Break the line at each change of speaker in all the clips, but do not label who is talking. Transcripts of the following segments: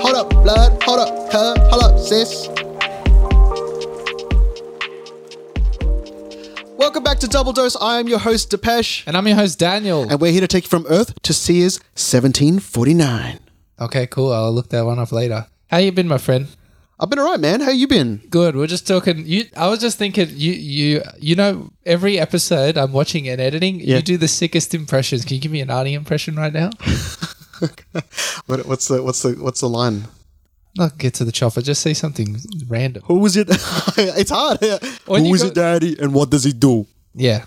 blood. Hold up, cuz. Hold up, sis. Welcome back to Double Dose. I am your host, Depeche.
And I'm your host, Daniel.
And we're here to take you from Earth to Sears 1749.
Okay, cool. I'll look that one up later. How you been, my friend?
I've been alright, man. How you been?
Good. We're just talking. You, I was just thinking. You, you, you know, every episode I'm watching and editing,
Yeah.
you do the sickest impressions. Can you give me an Arnie impression right now?
What, what's the what's the what's the line?
Not get to the chopper. Just say something random.
Who is it? it's hard.
When
Who
you
is
go-
it, Daddy? And what does he do?
Yeah.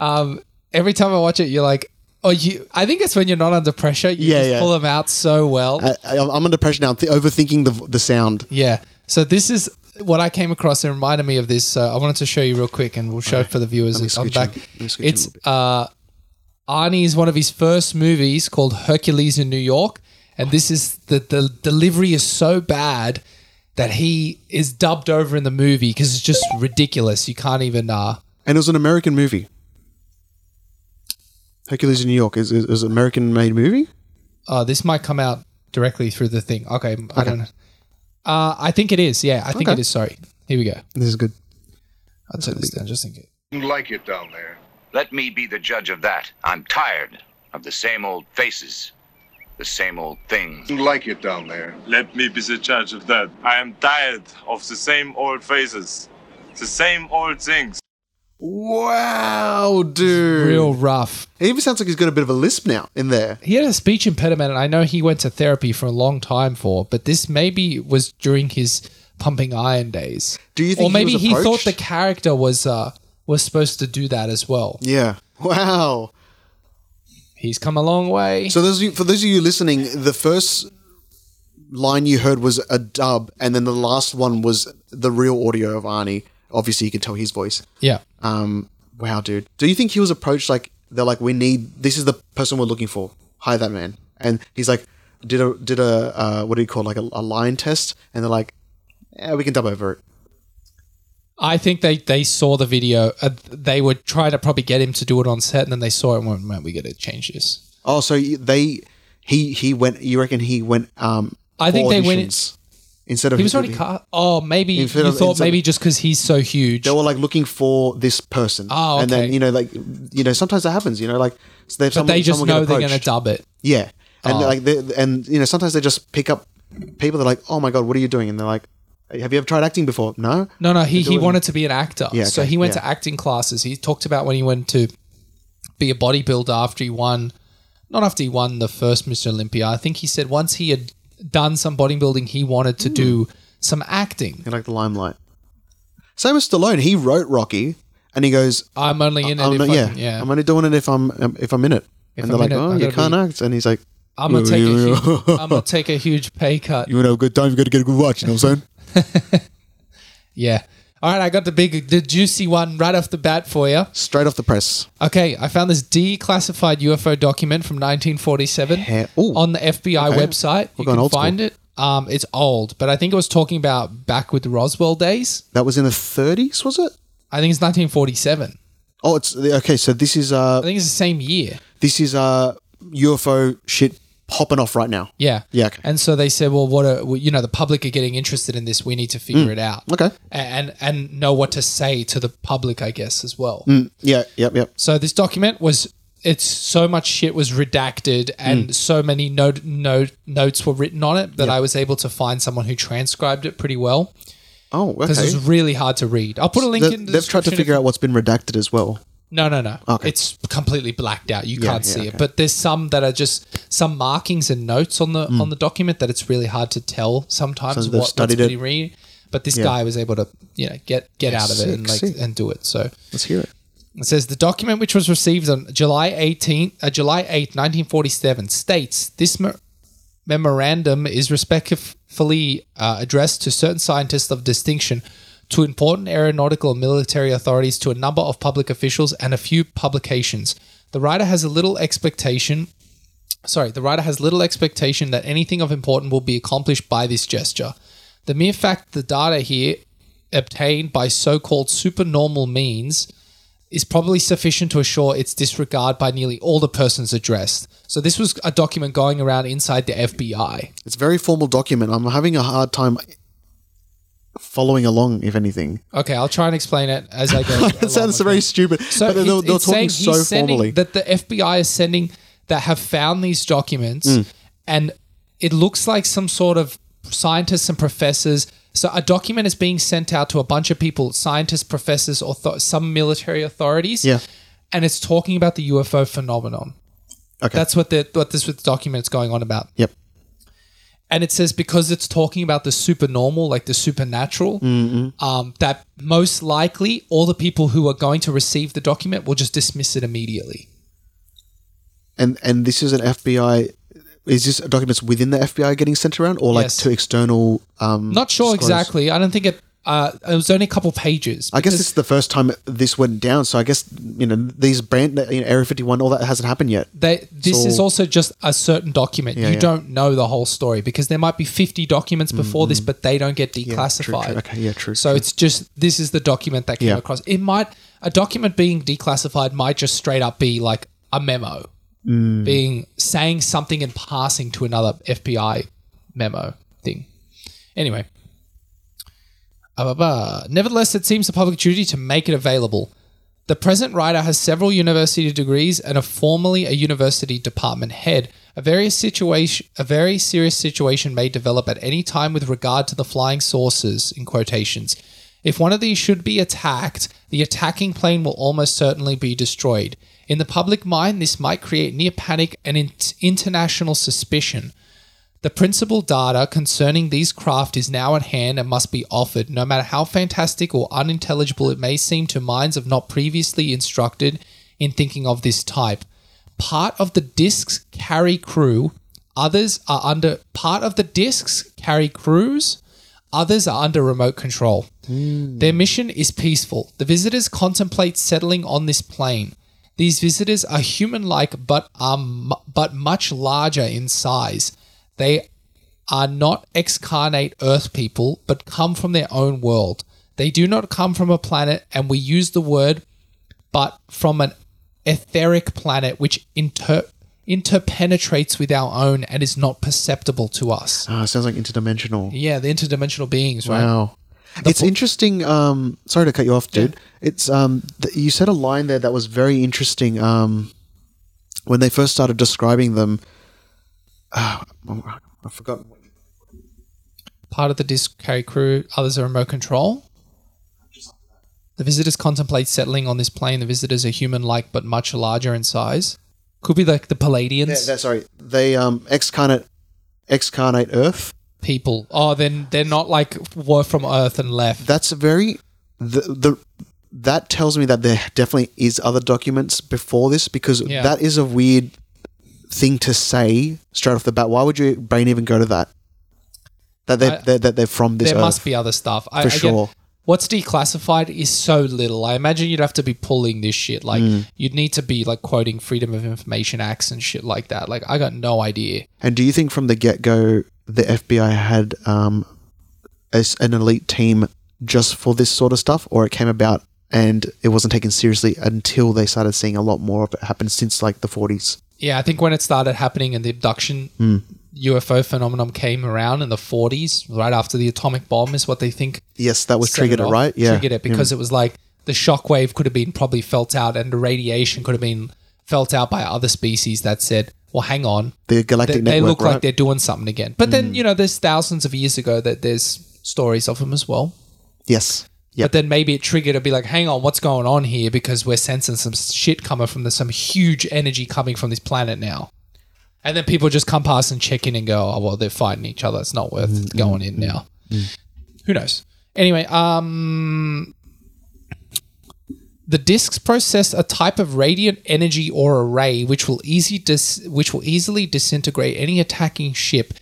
Um. Every time I watch it, you're like, oh, you. I think it's when you're not under pressure. You
Yeah,
just
yeah.
pull them out so well.
I, I, I'm under pressure now. I'm th- overthinking the the sound.
Yeah. So this is what I came across and reminded me of this. So I wanted to show you real quick, and we'll show it for the viewers.
Let me
I'm
scooch
back.
in. Let me scooch in a
It's
little
uh, Arnie's one of his first movies called Hercules in New York, and this is the the delivery is so bad that he is dubbed over in the movie because it's just ridiculous. You can't even. Uh,
And it was an American movie. Hercules in New York is is, is an American made movie.
uh, this might come out directly through the thing. Okay, I don't. know. Uh, I think it is. Yeah, I think
Okay.
it is. Sorry. Here we go.
This is good.
I'll turn this down just in case.
like it down there.
Let me be the judge of that. I'm tired of the same old faces, the same old things.
Like it down there.
Let me be the judge of that. I am tired of the same old faces, the same old things.
Wow, dude!
Real rough.
It even sounds like he's got a bit of a lisp now in there.
he had a speech impediment and i know he went to therapy for a long time for but this maybe was during his pumping iron days
Do you think
or maybe
he,
he,
was
thought the
approached?
character was uh was supposed to do that as well
Yeah. Wow.
he's come a long way
So those of you, for those of you listening, the first line you heard was a dub, and then the last one was the real audio of Arnie. Obviously, you can tell his voice.
yeah
Um, wow, dude. Do you think he was approached like they're like, we need this is the person we're looking for. Hire that man, and he's like, did a did a uh, what do you call it, like a, a line test, and they're like, eh, we can dub over it.
i think they they saw the video uh, they were trying to probably get him to do it on set and then they saw it and went man we gotta change this
Oh, so you- they he he went. You reckon he went? Um,
I think
for
they went-
auditions Instead of
he was already cut oh maybe you
Instead of-
thought
instead-
maybe just because he's so huge
they were like looking for this person.
Oh,
And then
okay.
you know, like you know, sometimes that happens. You know, like so they,
but
someone,
they just
someone get
know they're gonna
approached.
dub it
Yeah, and like they, and you know, sometimes they just pick up people. They're like, "Oh my god, what are you doing?" And they're like, "Have you ever tried acting before?" No.
No, no, he,
do
he
it-
wanted to be an actor.
Yeah,
so
okay,
he went
yeah.
to acting classes. He talked about when he went to be a bodybuilder after he won, not after he won the first Mr. Olympia. I think he said once he had done some bodybuilding, he wanted to
Hmm.
do some acting.
You like the limelight. Same as Stallone. He wrote Rocky, and he goes,
I'm only in it
I'm
if
not,
I'm,
yeah,
yeah.
I'm only doing it if I'm um, if I'm in it." and
If I'm
they're like,
in it,
"Oh,
I
you
gotta
can't
be-
act," and he's like,
I'm gonna take a huge, I'm gonna take a huge pay cut.
"You want to have a good time? You got to get a good watch." You know what I'm saying?
Yeah. All right, I got the big, the juicy one right off the bat for you.
Straight off the press.
Okay, I found this declassified UFO document from 1947
Heh- ooh.
on the FBI
Okay.
website.
We're
You
going
can
old school.
find it. Um, it's old, but I think it was talking about back with the Roswell days.
That was in the 30s, was it?
I think it's 1947.
Oh, it's okay. So this is uh,
I think it's the same year.
this is uh UFO shit popping off right now.
Yeah.
Yeah, okay.
And so they said, well, what are, well, you know, the public are getting interested in this. We need to figure it out.
Mm. Okay.
A- And, and know what to say to the public, I guess, as well.
Yeah, yep, yep.
So this document was it's so much shit was redacted
Hmm.
and so many note, note notes were written on it that I was able to find someone who transcribed it pretty well
Oh, okay.
because it's really hard to read. I'll put a link
They-
in the
they've tried to
description
figure
if-
out what's been redacted as well.
No, no, no.
Okay.
It's completely blacked out. You
Yeah,
can't
yeah,
see
okay.
it. But there's some that are just some markings and notes on the on the document that it's really hard to tell sometimes
Hmm. So they've
what
studied
studied
it.
what's read. But this
Yeah.
guy was able to, you know, get get out of it
Sick,
and like
sick.
and do it. So
Let's hear it.
It says the document which was received on July 18th, uh, July 8th, 1947 states this mer- memorandum is respectfully uh, addressed to certain scientists of distinction, to important aeronautical and military authorities, to a number of public officials, and a few publications. The writer has a little expectation. Sorry, the writer has little expectation that anything of importance will be accomplished by this gesture. The mere fact the data here obtained by so-called supernormal means is probably sufficient to assure its disregard by nearly all the persons addressed. So this was a document going around inside the FBI.
It's a very formal document. I'm having a hard time following along, if anything.
Okay, I'll try and explain it as I go.
That sounds
along, okay?
very stupid.
So
but they're,
he's-
they're
it's saying
talking
he's
so
sending-
formally.
that the FBI is sending that have found these documents,
Mm.
and it looks like some sort of scientists and professors. So a document is being sent out to a bunch of people, scientists, professors, or some military authorities.
Yeah.
and it's talking about the UFO phenomenon.
Okay.
That's what the what this document's going on about
yep.
and it says because it's talking about the supernormal, like the supernatural, um, that most likely all the people who are going to receive the document will just dismiss it immediately.
And and this is an FBI. Is this documents within the FBI getting sent around, or like
Yes.
to external? Um,
Not sure
disclose-
exactly. I don't think it. Uh, it was only a couple pages.
I guess
because-
this is the first time this went down, so I guess you know these brand you know, Area Fifty One, all that hasn't happened yet.
they, this
So-
is also just a certain document.
Yeah,
you
yeah. Mm,
don't know the whole story because there might be 50 documents before this, but they don't get declassified.
Okay, yeah, true,
So
true.
it's just this is the document that came
Yeah.
across. It might a document being declassified might just straight up be like a memo
Mm.
being saying something and passing to another FBI memo thing. Anyway. Ah, bah, bah. Nevertheless, it seems a public duty to make it available. The present writer has several university degrees and a formerly a university department head. A very situation, a very serious situation may develop at any time with regard to the flying saucers in quotations. If one of these should be attacked, the attacking plane will almost certainly be destroyed. In the public mind, this might create near panic and in- international suspicion. The principal data concerning these craft is now at hand and must be offered, no matter how fantastic or unintelligible it may seem to minds of not previously instructed in thinking of this type. Part of the discs carry crew, others are under part of the discs carry crews, others are under remote control. Their mission is peaceful. The visitors contemplate settling on this plane. These visitors are human-like but are mu- but much larger in size. They are not excarnate earth people but come from their own world. They do not come from a planet and we use the word but from an etheric planet which inter- interpenetrates with our own and is not perceptible to us.
Ah, sounds like interdimensional.
Yeah, the interdimensional beings, right?
Wow. It's interesting. Um, sorry to cut you off, dude. It's um, th- you said a line there that was very interesting. Um, when they first started describing them, Ah, I forgot.
Part of the disc carry crew, others are remote control. The visitors contemplate settling on this plane. The visitors are human-like but much larger in size. Could be like the
Yeah,
Palladians
that- sorry, they um, excarnate, excarnate Earth.
people. Oh, then they're not like were from Earth and left.
That's a very the the that tells me that there definitely is other documents before this because
Yeah.
that is a weird thing to say straight off the bat. Why would your brain even go to that? That they
I-
that that they're from this
there
earth.
must be other stuff. I,
For
I get-
sure.
what's declassified is so little. I imagine you'd have to be pulling this shit. Like
Mm.
you'd need to be like quoting Freedom of Information Acts and shit like that. Like I got no idea.
And do you think from the get go the FBI had um as an elite team just for this sort of stuff, or it came about and it wasn't taken seriously until they started seeing a lot more of it happen since like the forties?
Yeah, I think when it started happening and the abduction
Hmm.
UFO phenomenon came around in the 40s, right after the atomic bomb, is what they think
Yes, that was
set
triggered it,
off,
right? Yeah,
triggered it because it was like the shockwave could have been probably felt out, and the radiation could have been felt out by other species that said, "Well, hang on,
the galactic
they,
network.
they look
right? Hmm.
like they're doing something again." But then you know, there's thousands of years ago that there's stories of them as well.
yes. Yep.
But then maybe it triggered to be like, "Hang on, what's going on here?" Because we're sensing some shit coming from the, some huge energy coming from this planet now. And then people just come past and check in and go, "Oh well, they're fighting each other. It's not worth
Mm,
going in now." Who knows? Anyway, um, the discs process a type of radiant energy or array which will easy dis- which will easily disintegrate any attacking ship.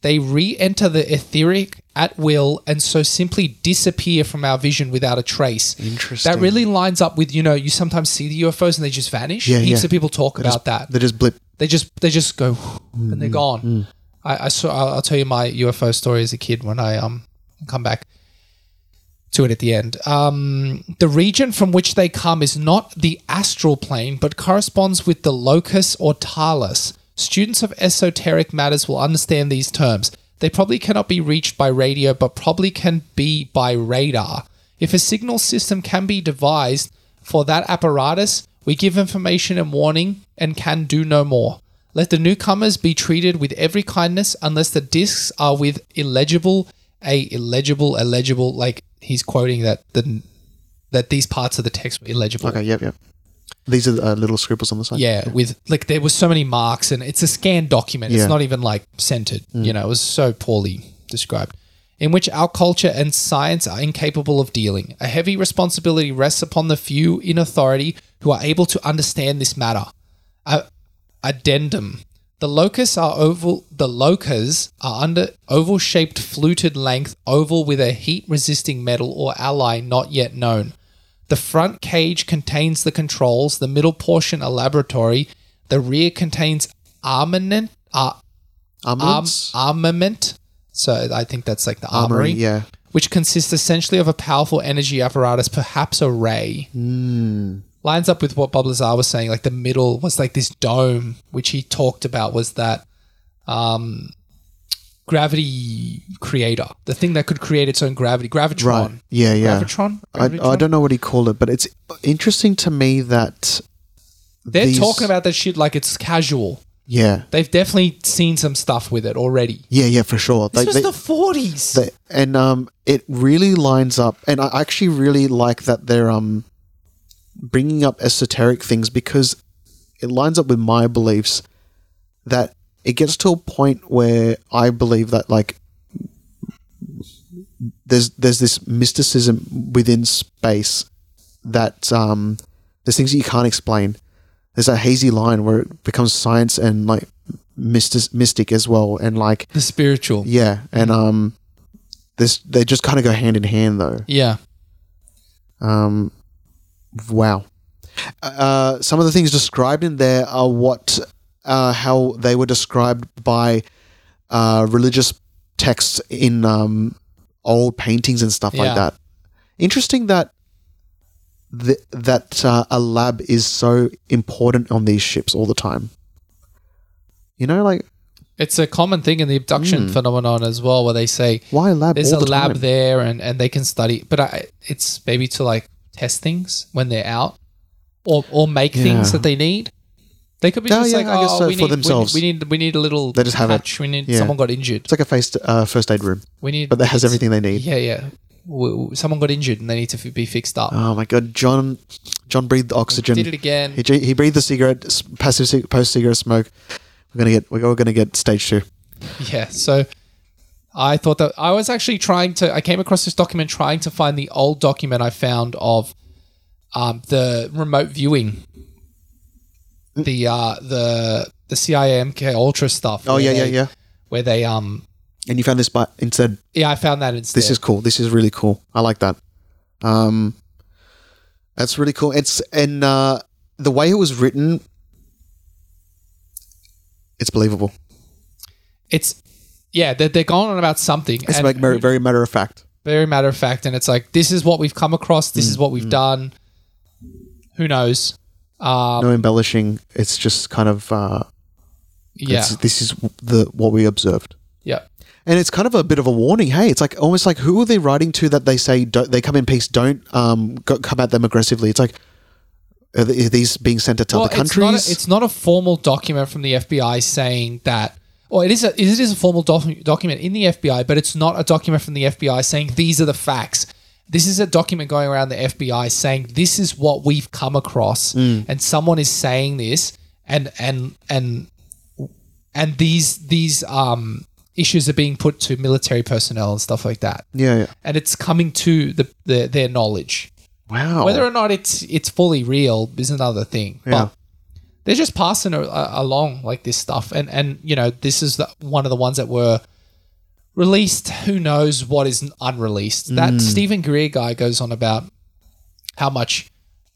They re-enter the etheric at will and so simply disappear from our vision without a trace.
Interesting.
That really lines up with you know you sometimes see the UFOs and they just vanish.
Yeah,
Heaps
yeah.
of people talk about that.
They just blip.
They just they just go and they're gone. I, I saw. I'll, I'll tell you my UFO story as a kid when I um come back. to it at the end. Um, the region from which they come is not the astral plane, but corresponds with the locus or talus. Students of esoteric matters will understand these terms. They probably cannot be reached by radio, but probably can be by radar. If a signal system can be devised for that apparatus, we give information and warning and can do no more. Let the newcomers be treated with every kindness unless the discs are with illegible, a illegible, illegible, like he's quoting that the that these parts of the text were illegible.
Okay, yep, yep. These are the uh, little scribbles on the side.
Yeah, with like there was so many marks and it's a scanned document.
Yeah. Mm.
It's not even like centered. You know, it was so poorly described. In which our culture and science are incapable of dealing. A heavy responsibility rests upon the few in authority who are able to understand this matter. A- addendum. The locus are oval the locus are under oval shaped fluted length oval with a heat resisting metal or alloy not yet known. The front cage contains the controls, the middle portion a laboratory, the rear contains armament, uh, arm,
Armaments?
armament. So I think that's like the
Armory,
armory,
yeah.
which consists essentially of a powerful energy apparatus, perhaps a ray.
Hmm.
Lines up with what Bob Lazar was saying. Like the middle was like this dome, which he talked about was that um, gravity creator, the thing that could create its own gravity, gravitron.
Right. Yeah, yeah.
Gravitron?
I,
Gravitron?
I don't know what he called it, but it's interesting to me that
They're
these-
talking about that shit like it's casual.
yeah,
They've definitely seen some stuff with it already.
yeah, yeah, for sure.
This
Like,
was
they-
the forties.
they- and um, it really lines up, and I actually really like that they're um bringing up esoteric things because it lines up with my beliefs that it gets to a point where I believe that like there's there's this mysticism within space that um, there's things that you can't explain. There's that hazy line where it becomes science and like mystic, mystic as well, and like
the spiritual.
yeah,
Mm.
and um, this they just kind of go hand in hand though.
Yeah.
Um, wow. Uh, some of the things described in there are what, uh, how they were described by uh, religious texts in um, old paintings and stuff
Yeah.
like that. Interesting that th- that uh, a lab is so important on these ships all the time. You know, like
It's a common thing in the abduction phenomenon as well, where they say
why a lab?
there's
Hmm. all
a
the
lab
time?
there and, and they can study, but I, it's maybe to like test things when they're out or, or make things
Yeah.
that they need. They could be
Oh,
just
yeah,
like,
I guess
oh,
so,
we,
for
need, we-
themselves.
we need we need a little
They just have it.
touch. We need
Yeah.
someone got injured.
It's like a face, uh, first aid room,
We need,
but that has
it's-
everything they need.
Yeah, yeah. W- w- Someone got injured and they need to f- be fixed up.
Oh my god, John! John breathed oxygen.
Did it again.
He, ge- he breathed the cigarette, s- passive cig- post cigarette smoke. We're gonna get we're all gonna get stage two.
Yeah, so I thought that I was actually trying to. I came across this document trying to find the old document I found of um, the remote viewing,
Hmm.
the uh, the the CIA MK Ultra stuff.
Oh
where
yeah, yeah,
they-
yeah.
Where they um
And you found this, but instead,
yeah I found that instead.
this is cool. This is really cool. I like that. Um, that's really cool. It's and uh, the way it was written, it's believable.
it's yeah they're, they're going on about something.
It's
and-
like very, very matter of fact.
very matter of fact and it's like this is what we've come across. This is
Hmm,
what we've done. Who knows? Um,
No embellishing. It's just kind of uh,
yeah,
it's- This is the what we observed.
yeah.
and it's kind of a bit of a warning. Hey, it's like almost like who are they writing to that they say don't, they come in peace, don't um, go, come at them aggressively. It's like are, th- are these being sent to other countries?
It's not, a, it's not a formal document from the FBI saying that. Or it is a it is a formal doc- document in the FBI, but it's not a document from the FBI saying these are the facts. This is a document going around the FBI saying this is what we've come across,
Mm.
and someone is saying this, and and and and these these um issues are being put to military personnel and stuff like that,
yeah, yeah.
and it's coming to the, the their knowledge.
Wow.
Whether or not it's it's fully real is another thing.
Yeah.
But they're just passing a, a- along like this stuff, and and you know this is the, one of the ones that were released. Who knows what is unreleased?
Mm.
That Stephen Greer guy goes on about how much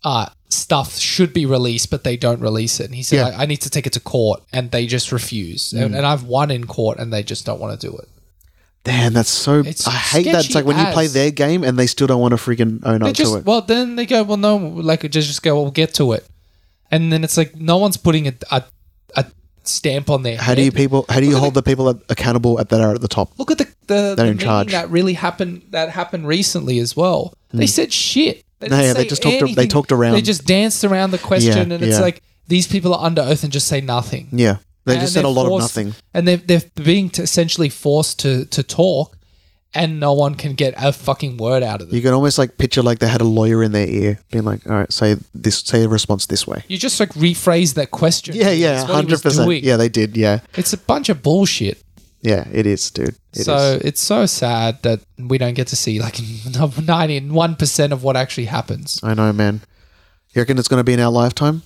uh, stuff should be released, but they don't release it. And he said,
Yeah. Mm.
I, "I need to take it to court," and they just refuse. And, and I've won in court, and they just don't want to do it.
Damn, that's so.
It's
I hate that. It's
sketchy
like when you play
as-
their game and they still don't want to freaking own
They
up to
just
it.
well, then they go, well, no, like just just go, well, we'll get to it, and then it's like no one's putting a a, a stamp on their.
how do you
head.
people? How do you hold the people that- accountable at that are at the top?
Look at the the, the
in
meeting
charge. Hmm.
that really happened that happened recently as well. They said shit. They
No,
didn't
yeah, they
say
just talked a- they
anything.
talked around.
They just danced around the question,
Yeah,
and it's
yeah.
like these people are under oath and just say nothing.
Yeah, they
And
just said
they're
a lot
forced-
of nothing.
and they're they're being t- essentially forced to to talk, and no one can get a fucking word out of them.
You can almost like picture like they had a lawyer in their ear, being like, "All right, say this, say a response this way."
You just like rephrase that question.
Yeah, yeah,
That's what he was
hundred percent.
doing.
Yeah, they did. Yeah,
it's a bunch of bullshit.
yeah, it is, dude. It is.
so it's so sad that we don't get to see like 91 percent of what actually happens.
I know, man. You reckon it's going to be in our lifetime?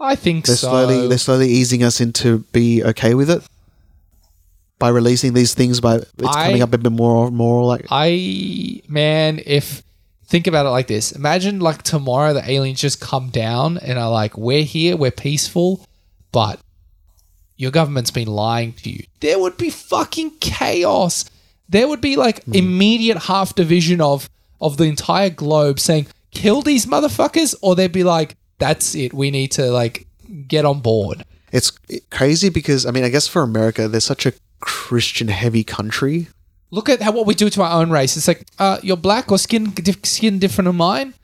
I think
They're
so.
slowly, they're slowly easing us into be okay with it by releasing these things. By it's
I-
coming up a bit more, more like
I man, if think about it like this, imagine like tomorrow the aliens just come down and are like, "We're here, we're peaceful," but your government's been lying to you. There would be fucking chaos. There would be like immediate half division of of the entire globe saying, "Kill these motherfuckers," or they'd be like, "That's it. We need to like get on board."
it's crazy because I mean, I guess for America, they're such a Christian heavy country.
Look at how what we do to our own race. It's like uh, you're black or skin dif- skin different than mine.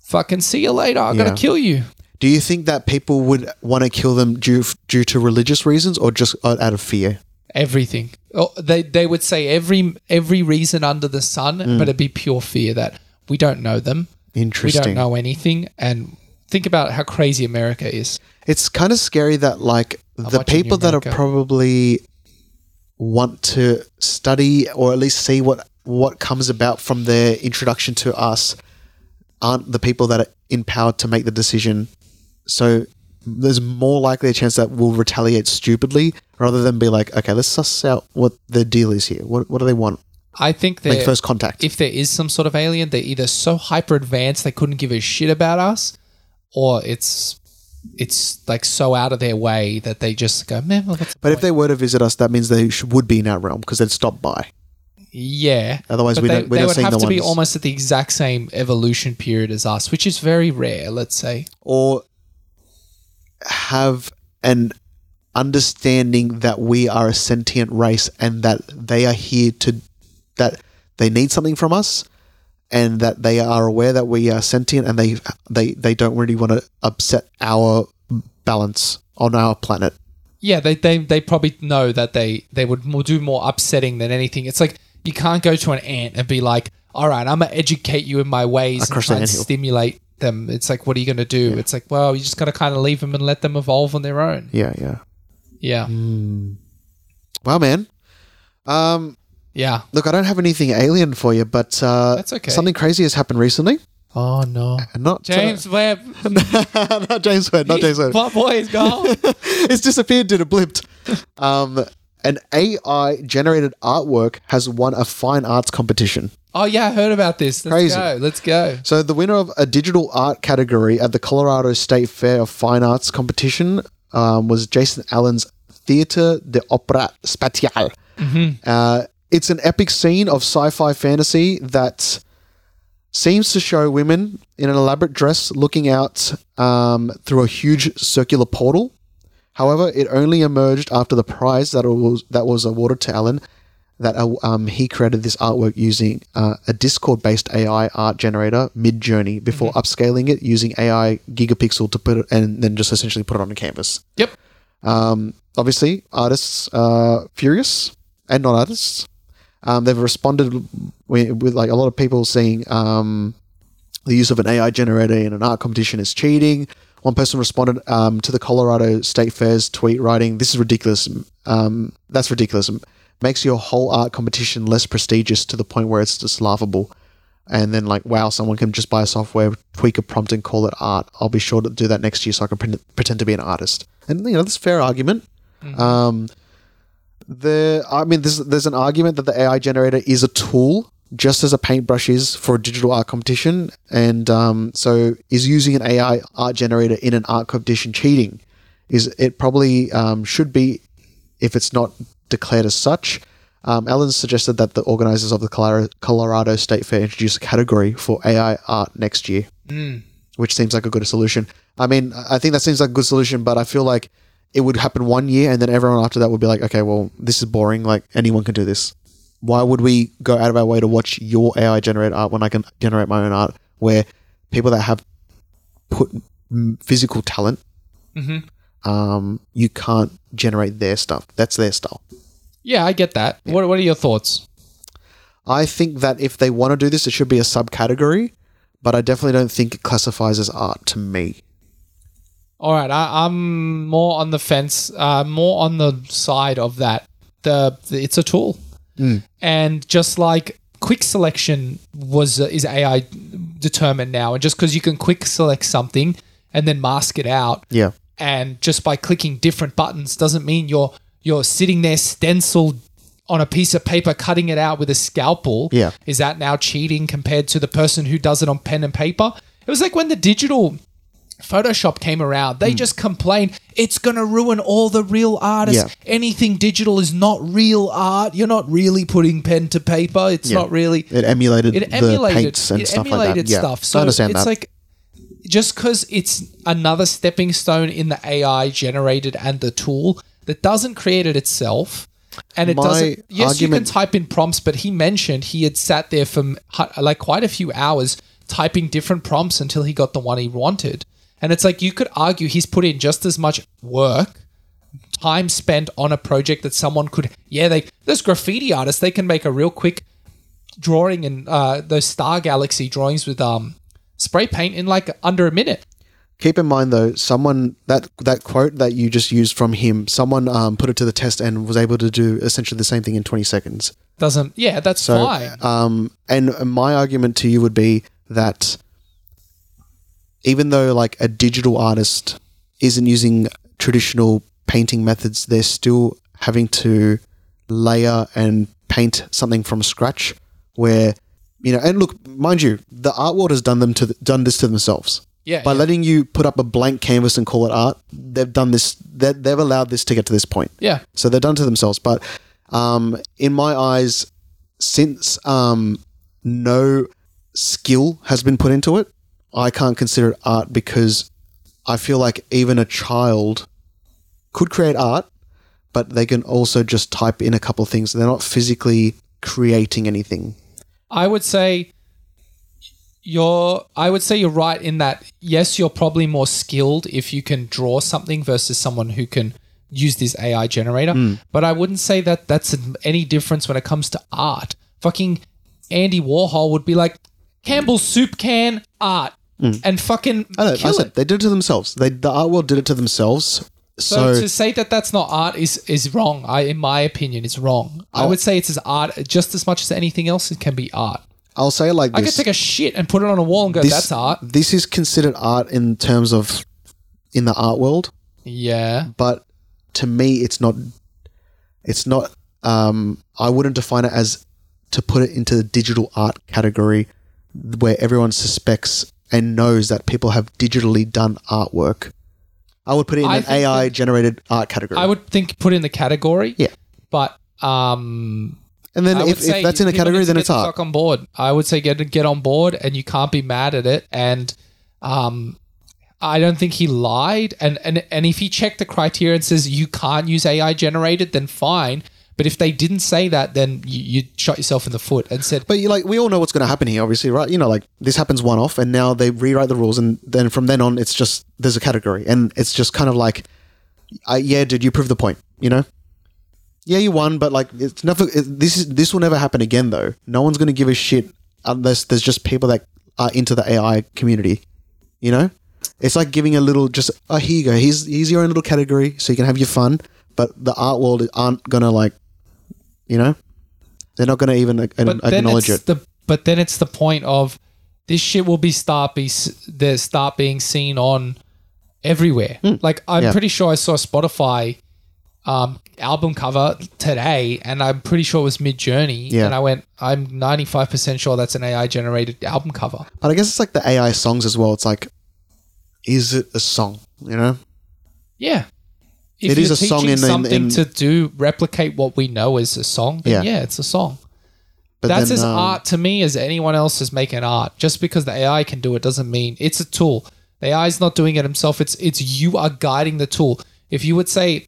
Fucking see you later. I'm
Yeah.
gonna kill you.
Do you think that people would want to kill them due due to religious reasons or just out out of fear?
Everything. Oh, they they would say every every reason under the sun,
Mm.
but it'd be pure fear that we don't know them. We
Interesting.
don't know anything. And think about how crazy America is.
It's kind of scary that like the
watching you,
people that are
America.
probably want to study or at least see what what comes about from their introduction to us aren't the people that are in power to make the decision. So there's more likely a chance that we'll retaliate stupidly rather than be like, okay, let's suss out what the deal is here. What what do they want?
I think
Make
that
first contact.
if there is some sort of alien, they're either so hyper advanced they couldn't give a shit about us, or it's it's like so out of their way that they just go, man, well, that's
but if they were to visit us, that means they should, would be in our realm because they'd stop by.
Yeah.
Otherwise, we don't- we're
they
not
would
seeing
have
the
to be
ones.
almost at the exact same evolution period as us, which is very rare. Let's say
or have an understanding that we are a sentient race and that they are here to that they need something from us and that they are aware that we are sentient and they they they don't really want to upset our balance on our planet
yeah, they, they they probably know that they they would more, do more upsetting than anything. It's like you can't go to an ant and be like, "All right, I'm gonna educate you in my ways and
Across
try
the
and
anthill.
stimulate them." It's like, what are you gonna do? It's like, well, you just gotta kind of leave them and let them evolve on their own.
yeah yeah
Yeah,
wow man um
yeah.
look i don't have anything alien for you but uh
That's okay.
something crazy has happened recently
Oh no,
and not
James Webb,
not james Webb, not james Webb.
my boy is gone.
it's disappeared, did it blipped. Um, an AI generated artwork has won a fine arts competition.
oh yeah, I heard about this. Let's
Crazy.
go. Let's go.
So, the winner of a digital art category at the Colorado State Fair of Fine Arts competition um, was Jason Allen's Theatre de Opera Spatiale. Uh, it's an epic scene of sci fi fantasy that seems to show women in an elaborate dress looking out um, through a huge circular portal. However, it only emerged after the prize that was that was awarded to Allen that uh, um, he created this artwork using uh, a Discord-based AI art generator, Midjourney, before upscaling it using AI gigapixel to put it and then just essentially put it on a canvas.
Yep.
Um, obviously, artists are furious and not artists. Um, they've responded with, with like a lot of people saying um, the use of an AI generator in an art competition is cheating. One person responded um, to the Colorado State Fair's tweet, writing, "This is ridiculous. Um, that's ridiculous. Makes your whole art competition less prestigious to the point where it's just laughable." And then, like, wow, someone can just buy a software, tweak a prompt, and call it art. I'll be sure to do that next year, so I can pre- pretend to be an artist. And you know, that's a fair argument. Um, the I mean, there's there's an argument that the AI generator is a tool, just as a paintbrush is for a digital art competition, and um, so is using an AI art generator in an art competition cheating? Is it probably um, should be if it's not declared as such. Um, Allen suggested that the organizers of the Colorado- Colorado State Fair introduce a category for AI art next year, which seems like a good solution. I mean, I I think that seems like a good solution, but I feel like it would happen one year and then everyone after that would be like, okay, well, this is boring. Like, anyone can do this. Why would we go out of our way to watch your AI generate art when I can generate my own art where people that have put mm, physical talent, um, you can't generate their stuff? That's their style.
Yeah, I get that. What What are your thoughts?
I think that if they want to do this, it should be a subcategory, but I definitely don't think it classifies as art to me.
All right, I, I'm more on the fence, uh, more on the side of that. The, the- it's a tool, and just like quick selection was uh, is AI determined now, and just because you can quick select something and then mask it out,
Yeah.
and just by clicking different buttons doesn't mean you're you're sitting there stenciled on a piece of paper cutting it out with a scalpel
Yeah.
is that now cheating compared to the person who does it on pen and paper it was like when the digital photoshop came around
Hmm.
they just complained it's going to ruin all the real artists
Yeah.
anything digital is not real art you're not really putting pen to paper it's
Yeah.
not really
It emulated
it
the
emulated
paints and
it
stuff like
emulated
that. Yeah.
stuff. So
I understand
it's
that.
like just because it's another stepping stone in the AI generated and the tool that doesn't create it itself. And it
My
doesn't. Yes, you
argument-
can type in prompts, but he mentioned he had sat there for hu- like quite a few hours typing different prompts until he got the one he wanted. And it's like you could argue he's put in just as much work time spent on a project that someone could yeah they those graffiti artists they can make a real quick drawing and uh, those star galaxy drawings with um spray paint in like under a minute
Keep in mind though, someone that that quote that you just used from him, someone um, put it to the test and was able to do essentially the same thing in 20 seconds.
doesn't yeah that's
So,
fine
um, and my argument to you would be that even though like a digital artist isn't using traditional painting methods, they're still having to layer and paint something from scratch. Where you know, and look, mind you, the art world has done them to done this to themselves.
Yeah,
By
yeah.
letting you put up a blank canvas and call it art, they've done this. They, they've allowed this to get to this point.
yeah
So they're done to themselves. But um, in my eyes, since um, no skill has been put into it, I can't consider it art because I feel like even a child could create art, but they can also just type in a couple of things. They're not physically creating anything.
I would say you're I would say you're right in that yes, you're probably more skilled if you can draw something versus someone who can use this AI generator.
Hmm.
But I wouldn't say that that's any difference when it comes to art. Fucking Andy Warhol would be like Campbell's soup can art and fucking
Hmm. I don't know. I
kill
said
it.
they did it to themselves. They, the art world did it to themselves.
So,
So,
to say that that's not art is is wrong. I in my opinion, it's wrong. I would say it's as art just as much as anything else. It can be art.
I'll say it like
I
this.
could take a shit and put it on a wall and go,
this,
"That's art."
This is considered art in terms of in the art world,
Yeah.
but to me, it's not. It's not. Um, I wouldn't define it as to put it into the digital art category, where everyone suspects and knows that people have digitally done artwork. I would put it in
I
an
think that-
AI generated art category.
I would think put in the category.
Yeah.
But um,
and then
I would
if,
say
if that's in a
people need
category,
to
then
get
it's
the
art.
Fuck on board. I would say get get on board, and you can't be mad at it. And um, I don't think he lied. And and and if he checked the criteria and says you can't use AI generated, then fine. But if they didn't say that, then you, you shot yourself in the foot and said,
But you like we all know what's going to happen here, obviously, right? You know, like this happens one off, and now they rewrite the rules, and then from then on, it's just there's a category, and it's just kind of like, I, yeah, dude, you proved the point, you know? Yeah, you won, but like it's never. It, this is this will never happen again, though. No one's going to give a shit unless there's just people that are into the AI community, you know? It's like giving a little just oh here you go, here's here's your own little category, so you can have your fun. But the art world aren't gonna like, you know, they're not gonna even like,
but then
acknowledge
it's
it.
the but then it's the point of this shit will be start be there start being seen on everywhere. Like I'm
Hmm. Yeah.
pretty sure I saw Spotify um, album cover today, and I'm pretty sure it was Mid Journey.
Yeah.
And I went, I'm 95% sure that's an AI generated album cover.
But I guess it's like the AI songs as well. It's like, is it a song? You know,
Yeah. if
It
you're
is a song
teaching
in- in-
something
in-
to do replicate what we know as a song, then
Yeah.
yeah, it's a song.
But
That's
then,
as
um,
art to me as anyone else is making art. Just because the AI can do it doesn't mean it's a tool. The AI is not doing it himself. It's it's you are guiding the tool. If you would say,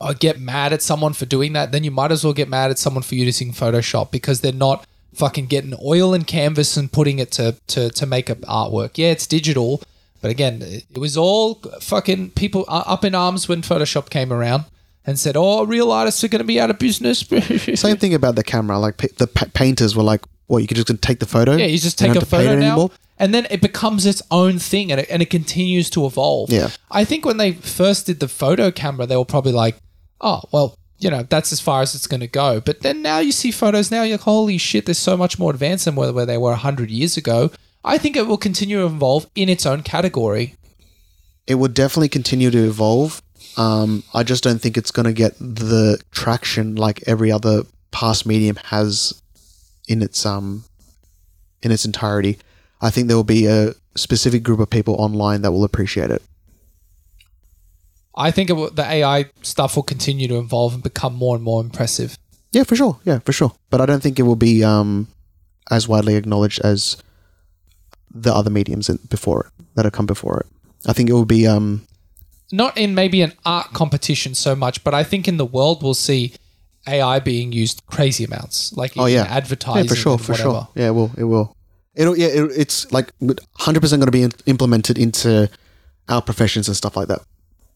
"I get mad at someone for doing that," then you might as well get mad at someone for using Photoshop because they're not fucking getting oil and canvas and putting it to to to make up artwork. Yeah, it's digital, but again, it it was all fucking people are up in arms when Photoshop came around and said, "Oh, real artists are going to be out of business."
Same thing about the camera. Like pa- the pa- painters were like, "Well, you could just take the photo.
Yeah, you just
You
take
don't
a
have to paint
photo
it
now,
anymore.
and then it becomes its own thing, and it, and it continues to evolve.
Yeah.
I think when they first did the photo camera, they were probably like, "Oh, well, you know, that's as far as it's going to go." But then now you see photos now, you're like, "Holy shit, there's so much more advanced than where, where they were hundred years ago." I think it will continue to evolve in its own category.
It would definitely continue to evolve. Um, I just don't think it's going to get the traction like every other past medium has in its um in its entirety. I think there will be a specific group of people online that will appreciate it.
I think it will, the AI stuff will continue to evolve and become more and more impressive.
Yeah, for sure. Yeah, for sure. But I don't think it will be um, as widely acknowledged as the other mediums in, before it that have come before it. I think it will be. Um,
not in maybe an art competition so much, but I think in the world we'll see AI being used crazy amounts, like
oh
in
yeah,
advertising,
Yeah, for sure,
and
for
whatever.
sure. Yeah, it will. It will. It'll. Yeah, it, it's like hundred percent going to be in, implemented into our professions and stuff like that.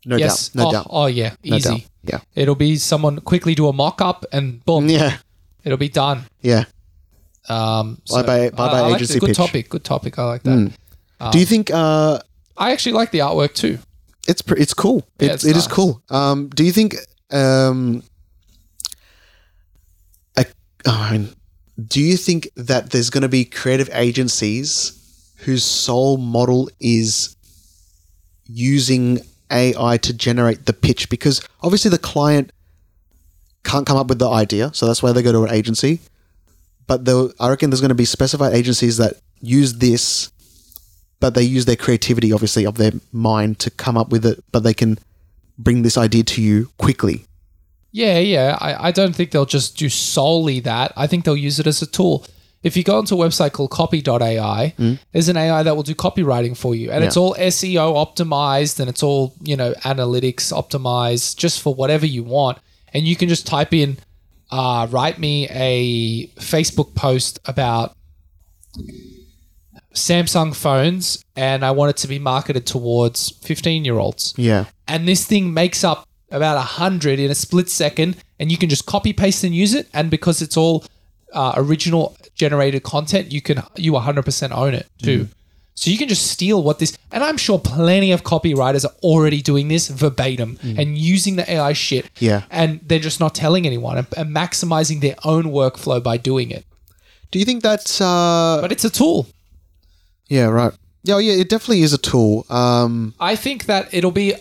No
Yes,
doubt. No
oh,
doubt.
oh yeah,
no
easy.
doubt. Yeah.
It'll be someone quickly do a mock up and boom,
Yeah.
it'll be done.
Yeah.
Um, so
Bye-bye- bye-bye
like
agency
the- Good
pitch. Mm.
topic, Um, good topic. I like that.
Do you think? Uh,
I actually like the artwork too.
it's pre- it's cool.
Yeah,
it's,
it's
it is
nice.
cool. Um, do you think? Um, a, oh, I mean, do you think that there's going to be creative agencies whose sole model is using AI to generate the pitch? Because obviously the client can't come up with the idea, so that's why they go to an agency. But though I reckon there's going to be specified agencies that use this but they use their creativity, obviously, of their mind to come up with it. But they can bring this idea to you quickly.
Yeah, yeah. I, I don't think they'll just do solely that. I think they'll use it as a tool. If you go onto a website called copy.ai, there's an AI that will do copywriting for you. And it's all SEO optimized and it's all, you know, analytics optimized just for whatever you want. And you can just type in, uh, write me a Facebook post about Samsung phones and I want it to be marketed towards 15 year olds
Yeah,
and this thing makes up about a hundred in a split second, and you can just copy paste and use it. And because it's all uh, original generated content, you can you 100% own it too. So you can just steal what this, and I'm sure plenty of copywriters are already doing this verbatim and using the AI shit.
Yeah.
and they're just not telling anyone and, and maximizing their own workflow by doing it.
do you think that's? Uh,
But it's a tool.
yeah, right. Yeah, yeah. It definitely is a tool. Um,
I think that it'll be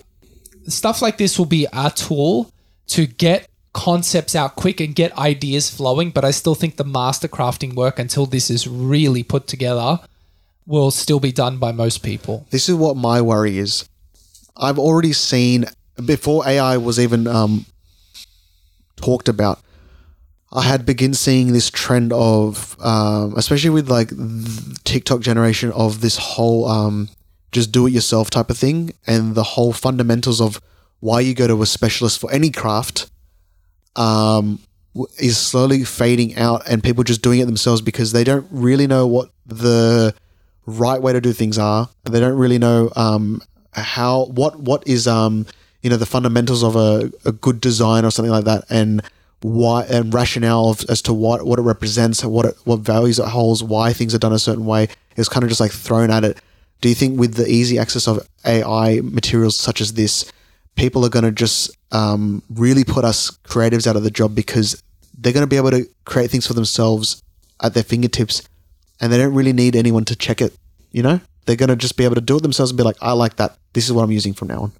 stuff like this will be our tool to get concepts out quick and get ideas flowing. But I still think the master crafting work until this is really put together will still be done by most people.
this is what my worry is. I've already seen before AI was even um, talked about. I had begin seeing this trend of, um, especially with like the TikTok generation of this whole um, just do it yourself type of thing, and the whole fundamentals of why you go to a specialist for any craft um, w- is slowly fading out, and people just doing it themselves because they don't really know what the right way to do things are. They don't really know um, how what what is um, you know the fundamentals of a, a good design or something like that, and why and rationale of, as to what what it represents, what it, what values it holds, why things are done a certain way. It's kind of just like thrown at it. Do you think with the easy access of AI materials such as this, people are going to just um, really put us creatives out of the job because they're going to be able to create things for themselves at their fingertips and they don't really need anyone to check it. You know, they're going to just be able to do it themselves and be like, I like that. This is what I'm using from now on.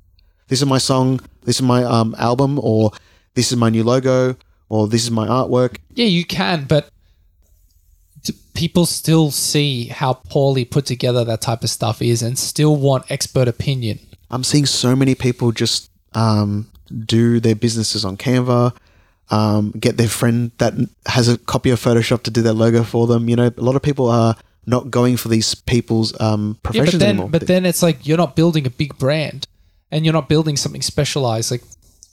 This is my song. This is my um, album, or this is my new logo, or this is my artwork.
Yeah, you can, but t- people still see how poorly put together that type of stuff is and still want expert opinion.
I'm seeing so many people just um, do their businesses on Canva, um, get their friend that has a copy of Photoshop to do their logo for them. You know, a lot of people are not going for these people's um,
Yeah,
professions
but then
anymore.
but then it's like you're not building a big brand, and you're not building something specialized. Like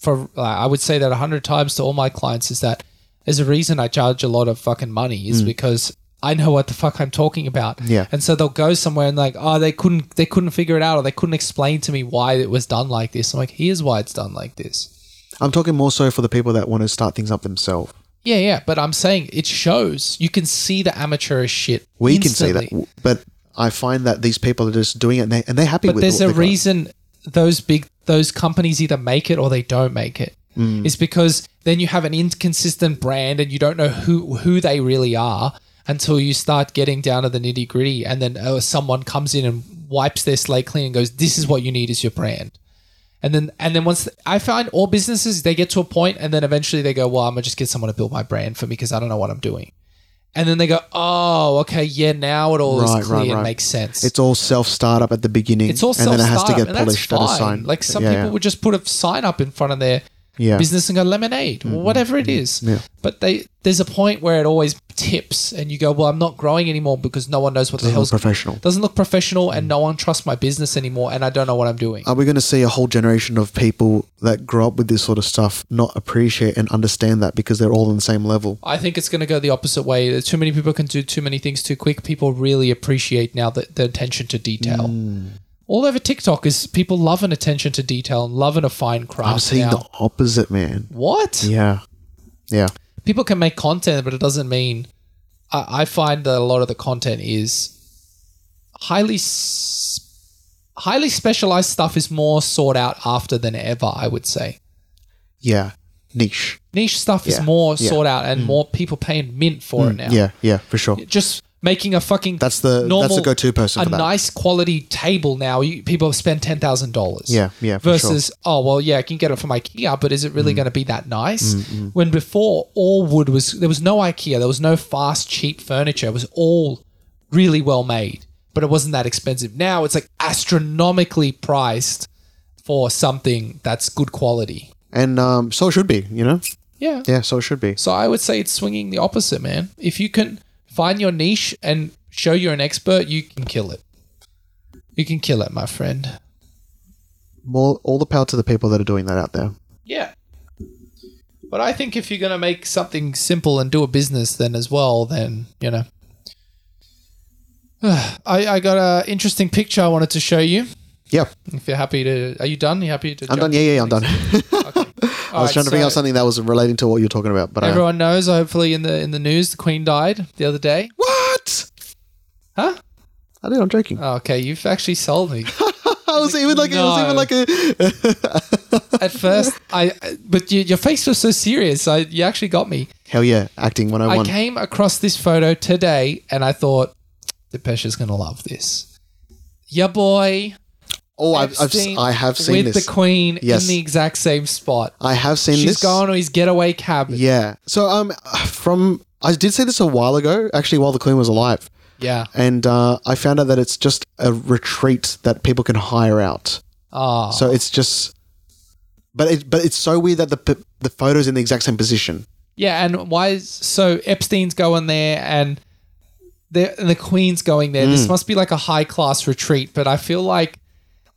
for uh, I would say that a hundred times to all my clients is that there's a reason I charge a lot of fucking money is because I know what the fuck I'm talking about.
Mm. Yeah.
and so they'll go somewhere and like oh they couldn't they couldn't figure it out or they couldn't explain to me why it was done like this. I'm like here's why it's done like this.
I'm talking more so for the people that want to start things up themselves.
Yeah, yeah, but I'm saying it shows. You can see the amateurish shit.
We can
instantly.
see that, but I find that these people are just doing it and, they, and they're happy
But
with
there's
what
a
they got.
reason those big those companies either make it or they don't make it.
Mm.
It's because then you have an inconsistent brand and you don't know who who they really are until you start getting down to the nitty gritty, and then oh, someone comes in and wipes their slate clean and goes, "This is what you need is your brand." And then, and then once I find all businesses, they get to a point, and then eventually they go, "Well, I'm gonna just get someone to build my brand for me because I don't know what I'm doing." And then they go, "Oh, okay, yeah, now it all
Right,
is clear
right,
and
right.
makes sense."
It's all self startup at the beginning.
It's all
and
self
then it has to
startup,
get
and that's
polished at a
fine.
sign.
Like some
Yeah,
people
yeah.
would just put a sign up in front of their
Yeah. Mm-hmm.
business and go lemonade or whatever it is.
Yeah.
But they there's a point where it always tips, and you go, "Well, I'm not growing anymore because no one knows what the
Doesn't
hell's
look professional. Mm-hmm.
Doesn't look professional, and no one trusts my business anymore, and I don't know what I'm doing."
Are we going to see a whole generation of people that grow up with this sort of stuff not appreciate and understand that because they're all on the same level?
I think it's going to go the opposite way. There's Too many people can do too many things too quick. People really appreciate now the, the attention to detail.
Mm.
All over TikTok is people love an attention to detail and loving a fine craft.
I'm seeing
now.
the opposite, man.
what?
Yeah. Yeah.
people can make content, but it doesn't mean. I, I find that a lot of the content is highly s- highly specialized stuff is more sought out after than ever. I would say
Yeah. Niche.
niche stuff is
Yeah,
more
yeah. Mm.
sought out and more people paying mint for it now.
Yeah. Yeah, for sure.
just making a fucking
That's the- that's the go-to person
a
for that.
nice quality table now you, people spend ten thousand dollars
Yeah, yeah, for Mm.
versus oh well yeah I can get it from IKEA but is it really going to be that nice when before all wood was there was no IKEA there was no fast cheap furniture it was all really well made but it wasn't that expensive now it's like astronomically priced for something that's good quality
And um, so it should be, you know?
yeah
Yeah, so it should be.
so I would say it's swinging the opposite, man. If you can find your niche and show you're an expert, you can kill it. You can kill it, my friend.
More, all the power to the people that are doing that out there.
Yeah. But I think if you're going to make something simple and do a business then as well, then, you know. I, I got a interesting picture I wanted to show you.
Yeah,
If you're happy to, are you done? You happy to?
I'm done. Yeah, yeah, I'm done. I was trying to bring up something that was relating to what you're talking about, but I,
Everyone knows. Hopefully, in the in the news, the Queen died the other day.
what?
Huh?
I think I'm joking.
Oh, okay, you've actually sold me.
I was even like it
no.
was even like a
at first i but you, your face was so serious i you actually got me
hell yeah acting
i
101.
came across this photo today and i thought depeche's gonna love this your boy
Oh, I've, I've
Epstein
si have seen
with
this.
the queen
Yes.
in the exact same spot
I have seen
She's
this.
gone to his getaway cabin
Yeah. So um, from I did say this a while ago, actually, while the Queen was alive,
yeah
and uh, I found out that it's just a retreat that people can hire out.
Ah.
So it's just, but it but it's so weird that the p- the photos in the exact same position.
Yeah, and why? Is, so Epstein's going there, and the the Queen's going there.
Mm.
This must be like a high class retreat, but I feel like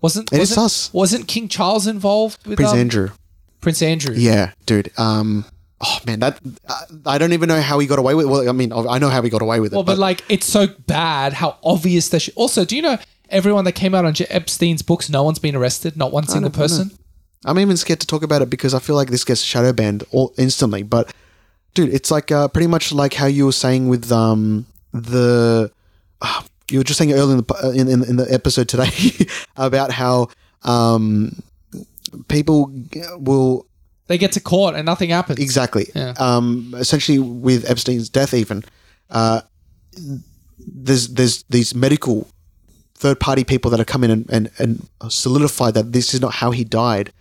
wasn't
It is
wasn't,
sus.
wasn't King Charles involved with
Prince
um,
Andrew.
Prince Andrew?
Yeah, dude. Um. Oh man, that I, I don't even know how he got away with. Well, I mean, I know how he got away with it.
Well, but, like it's so bad how obvious that. She, also, do you know everyone that came out on Je- Epstein's books? No one's been arrested. Not one single person.
I'm even scared to talk about it because I feel like this gets shadow banned all instantly. But dude, it's like uh, pretty much like how you were saying with um the ah, you were just saying earlier in the po- uh, in, in, in the episode today about how um people g- will
They get to court and nothing happens.
exactly
Yeah.
um essentially with Epstein's death even uh there's there's these medical third party people that have come in and, and, and solidified that this is not how he died.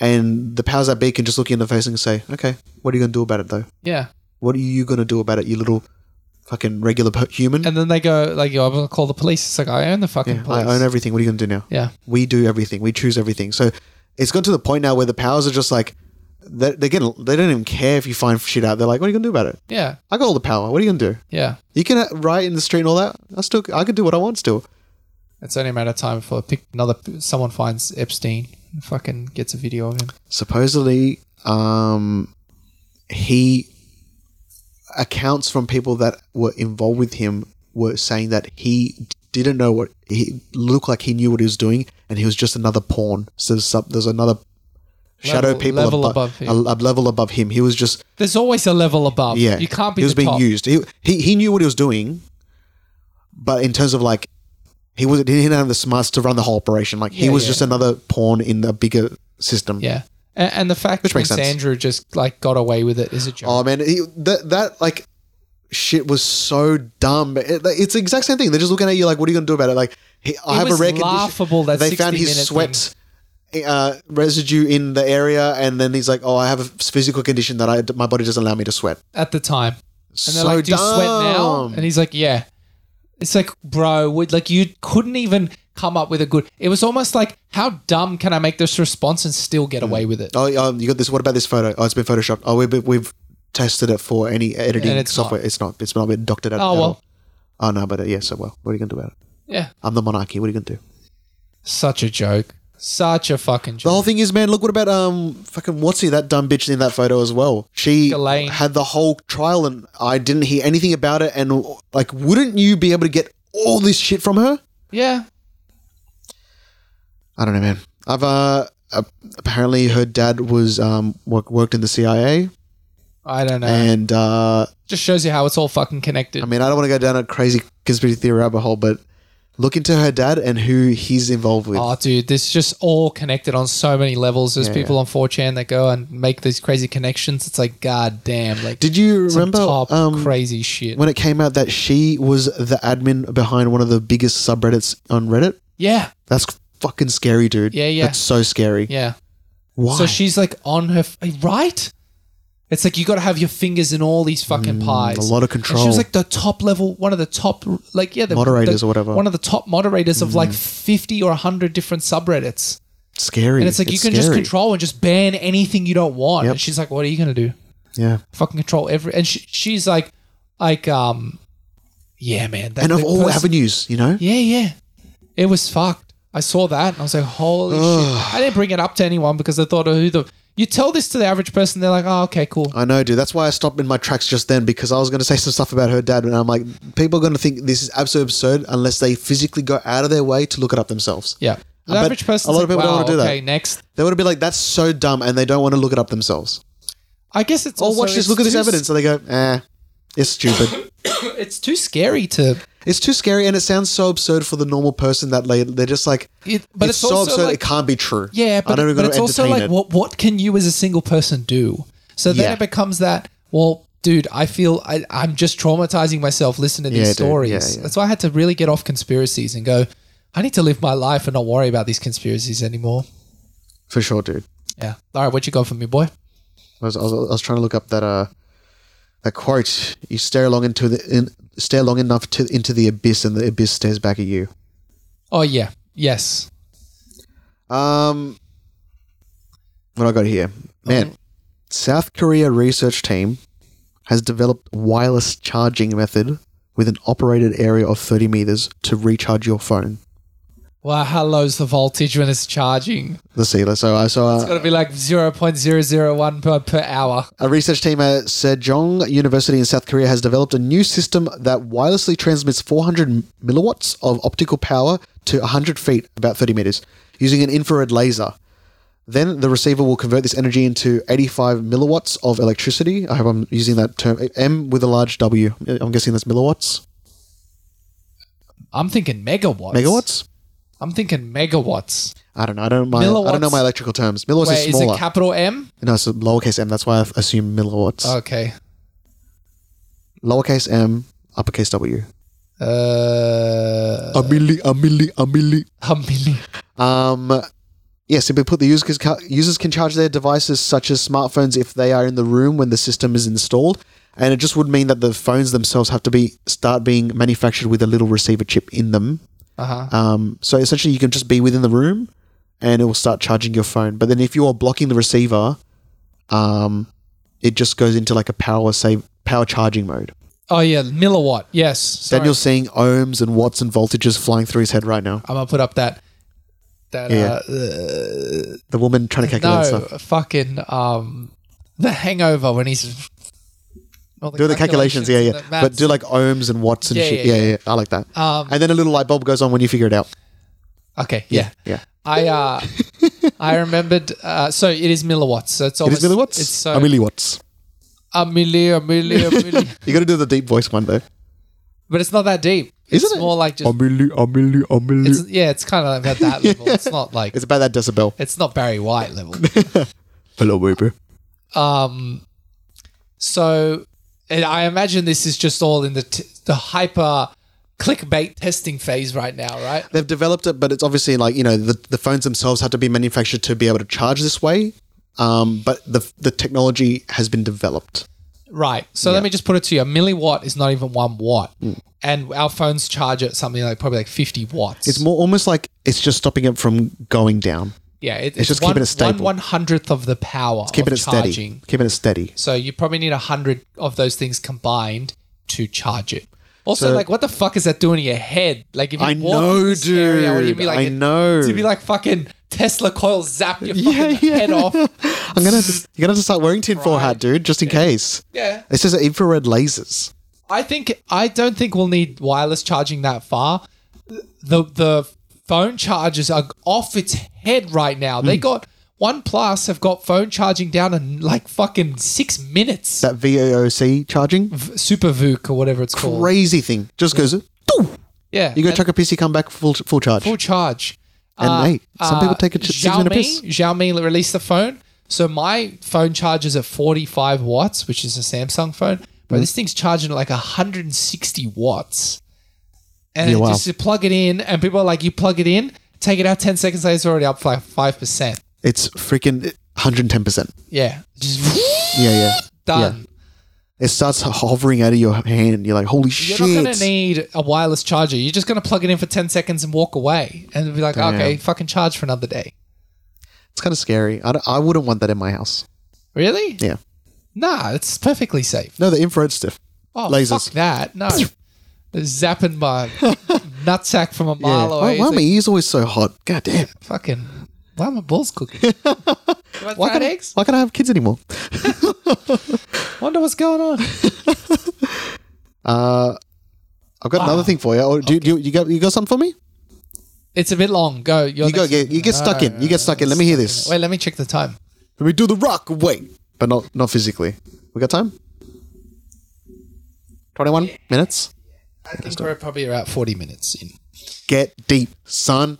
And the powers that be can just look you in the face and say, okay, what are you going to do about it though?
Yeah,
What are you going to do about it, you little fucking regular per- human?
and then they go like, "Yo, I'm gonna call the police." It's like I own the fucking
Yeah,
police.
I own everything. What are you going to do now?
yeah,
We do everything. We choose everything. So it's gotten to the point now where the powers are just like they they get they don't even care if you find shit out. They're like, what are you gonna do about it?
Yeah.
I got all the power. What are you gonna do?
Yeah.
You can uh, riot in the street and all that. I still I can do what I want still.
It's only a matter of time before pick another someone finds Epstein and fucking gets a video of him.
supposedly um, he accounts from people that were involved with him were saying that he didn't know what he looked like he knew what he was doing and he was just another pawn so there's, some, there's another shadow
Level-
people
level
abo-
above him.
a, a level above him he was just
There's always a level above.
yeah
You can't be
he was
the
being
top.
used he, he he knew what he was doing but in terms of like he was he didn't have the smarts to run the whole operation like he
Yeah,
was
yeah.
just another pawn in a bigger system
Yeah. And, and the fact
Which
that
makes
Prince
sense.
Andrew just like got away with it is a joke.
Oh man, he, that that like shit was so dumb. It- like, it's the exact same thing. They're just looking at you like, what are you gonna do about it? Like, he, I
It
have
was
a rare condition.
laughable, that
they found
60 minute
his sweat uh, residue in the area, and then he's like, oh, I have a physical condition that I my body doesn't allow me to sweat.
At the time. And they're
so
like, "Do you
dumb.
sweat now?" And he's like, "Yeah." It's like, bro, would like you couldn't even come up with a good. It was almost like, how dumb can I make this response and still get away with it?
oh, um, you got this. What about this photo? Oh, it's been photoshopped. Oh, we've we've tested it for any editing
And it's
software.
not.
It's not. It's not been doctored at,
Oh,
at
well.
all. Oh no, but uh, yeah. So well, what are you gonna do about it?
Yeah,
I'm the monarchy. What are you gonna do?
such a joke, such a fucking
The
joke.
whole thing is, man, look what about um fucking what's he that dumb bitch in that photo as well? She
Ghislaine.
had the whole trial and I didn't hear anything about it. And like, wouldn't you be able to get all this shit from her?
yeah,
I don't know, man. I've uh ap- apparently her dad was um work- worked in the CIA,
I don't know.
and uh
Just shows you how it's all fucking connected.
I mean I don't want to go down a crazy conspiracy theory rabbit hole, but look into her dad and who he's involved with.
Oh, dude, this is just all connected on so many levels. There's people on 4chan that go and make these crazy connections. It's like, god damn, like
Did you
some
remember
top
um,
crazy shit?
when it came out that she was the admin behind one of the biggest subreddits on Reddit?
yeah,
That's fucking scary, dude.
Yeah, yeah.
That's so scary.
yeah.
Why?
So she's like on her f- right. It's like you got to have your fingers in all these fucking pies.
Mm, a lot of
And
control.
she was like the top level, one of the top, like yeah, the
Moderators
the-
or whatever. Mm.
One of the top moderators of like fifty or hundred different subreddits,
scary.
and it's like you can just
scary.
control and just ban anything you don't want.
Yep.
And she's like, "What are you gonna do?
Yeah.
Fucking control every." And she, she's like, like um, yeah, man. That,
And of
that
all
person-
avenues, you know?
Yeah, yeah. It was fucked. I saw that and I was like, holy shit. I didn't bring it up to anyone because I thought, oh, who the. You tell this to the average person, they're like, oh, okay, cool.
I know, dude. That's why I stopped in my tracks just then because I was going to say some stuff about her dad, and I'm like, people are going to think this is absolutely absurd unless they physically go out of their way to look it up themselves.
Yeah. The
bet
average person,
a lot of people
wow,
don't wanna do that.
Okay, next.
They would be like, that's so dumb, and they don't want to look it up themselves.
I guess it's.
Oh,
also-
watch this.
it's
Look at this
too-
evidence. And they go, eh, it's stupid.
It's too scary to.
it's too scary, and it sounds so absurd for the normal person that they, they're just like,
It, but
it's,
it's,
so
also
absurd
like,
it can't be true.
Yeah,
I
but,
don't even
but
gotta
it's also
entertain
like,
it.
what what can you as a single person do? So then
Yeah.
it becomes that. Well, dude, I feel I, I'm just traumatizing myself listening to
Yeah,
these
dude.
stories.
Yeah, yeah.
That's why I had to really get off conspiracies and go. I need to live my life and not worry about these conspiracies anymore.
for sure, dude.
Yeah. All right, what you got for me, boy?
I was, I was, I was trying to look up that uh that quote. You stare long into the in, stare long enough to into the abyss, and the abyss stares back at you.
Oh yeah, yes.
Um, what I got here, man. South Korea research team has developed wireless charging method with an operated area of 30 meters to recharge your phone.
Wow, how low's the voltage when it's charging?
Let's see. Let's so uh, I saw.
It's got to be like zero point zero zero one per, per hour.
A research team at Sejong University in South Korea has developed a new system that wirelessly transmits 400 milliwatts of optical power to 100 feet, about 30 meters, using an infrared laser. Then the receiver will convert this energy into 85 milliwatts of electricity. I hope I'm using that term. M with a large W. I'm guessing that's milliwatts.
I'm thinking megawatts.
Megawatts?
I'm thinking megawatts.
I don't know. I don't, my, I don't know
Milliwatts-
my electrical terms. Milliwatts
Wait,
is
is
smaller.
it capital M?
no, it's a lowercase m. That's why I assume milliwatts.
Okay.
lowercase m, uppercase W.
Uh,
a milli, a milli, a milli.
a million.
Um, yeah, simply put, the users can, users can charge their devices, such as smartphones, if they are in the room when the system is installed. And it just would mean that the phones themselves have to be start being manufactured with a little receiver chip in them.
Uh huh.
Um, so essentially, you can just be within the room, and it will start charging your phone. But then if you are blocking the receiver, um, it just goes into like a power save power charging mode.
Oh yeah, milliwatt. Yes. Sorry.
Daniel's seeing ohms and watts and voltages flying through his head right now.
I'm gonna put up that that
Yeah.
uh,
The woman trying to
no
calculate stuff.
fucking um the hangover when he's all
Do the calculations, yeah, yeah.
and the
But
maths.
do like ohms and watts and
Yeah,
shit.
yeah,
Yeah yeah, I like that.
Um,
and then a little light bulb goes on when you figure it out.
okay, yeah.
Yeah.
I uh I remembered uh so it is milliwatts. So Oh, it's
It
almost
is milliwatts.
It's so
a milliwatts.
a milli a milli a milli
You got to do the deep voice one though.
but it's not that deep.
Isn't
it's
it?
more like just
A milli, a milli, a milli.
it's, yeah, it's kind of at that level. It's not like
It's about that decibel.
it's not Barry White level.
Hello, baby.
Um, so, and I imagine this is just all in the t- the hyper clickbait testing phase right now, right?
They've developed it, but it's obviously like you know the, the phones themselves had to be manufactured to be able to charge this way. Um, but the the technology has been developed.
Right. So let me just put it to you: a milliwatt is not even one watt,
Hmm.
and our phones charge at something like probably like fifty watts.
It's more almost like it's just stopping it from going down,
yeah, it- it's,
just
one,
keeping it stable.
One one hundredth of the power.
keeping
of
it steady,
charging.
keeping it steady.
So you probably need a hundred of those things combined to charge it. Also,
So-
like, what the fuck is that doing to your head? Like, if you
I
walk
know,
in this area, would you
dude.
be like,
I know.
To be like fucking Tesla coil zap your fucking
Yeah, yeah.
head off.
I'm gonna have to, you're gonna have to start wearing tinfoil hat, dude, just in case.
Yeah,
It says infrared lasers.
I think I don't think we'll need wireless charging that far. The the phone chargers are off its head right now.
Hmm.
They got One Plus have got phone charging down in like fucking six minutes.
That VOOC charging,
Super VOOC or whatever it's called.
crazy thing, just goes. "Doo!"
Yeah,
You go
and-
chuck a piss, you come back full full charge.
full charge. Uh,
And, hey, some people take a ch- six minute piss.
Xiaomi released the phone. So my phone charges at 45 watts, which is a Samsung phone, but
Mm.
this thing's charging at like 160 watts. And
Yeah,
it
wow.
just you plug it in, and people are like, you plug it in, take it out 10 seconds later, it's already up like 5%.
It's freaking 110. percent
Yeah. Just
Yeah, yeah.
done.
It starts hovering out of your hand. You're like, holy shit.
You're not going to need a wireless charger. You're just going to plug it in for 10 seconds and walk away and it'll be like,
Damn.
okay, fucking charge for another day.
it's kind of scary. I, don't- I wouldn't want that in my house.
Really?
Yeah.
Nah, it's perfectly safe.
No, the infrared stuff.
Oh,
Lasers.
fuck that. No. Zapping my nutsack from a
Yeah.
mile
Why,
away.
why are
It's
my
like,
ears always so hot? God damn.
fucking, why are my balls cooking? You want
Why
fried
can't, I,
eggs?
why can't I have kids anymore?
Wonder what's going on.
I've got
Ah.
another thing for you. Or do, you- do, you- you got you got something for me?
It's a bit long. Go. You're
You go get you get stuck in. You get stuck in. Let me hear this.
Wait, let me check the time.
Let me do the rock away, but not not physically. We got time? Twenty one minutes.
I think we're probably about 40 minutes in.
Get deep, son.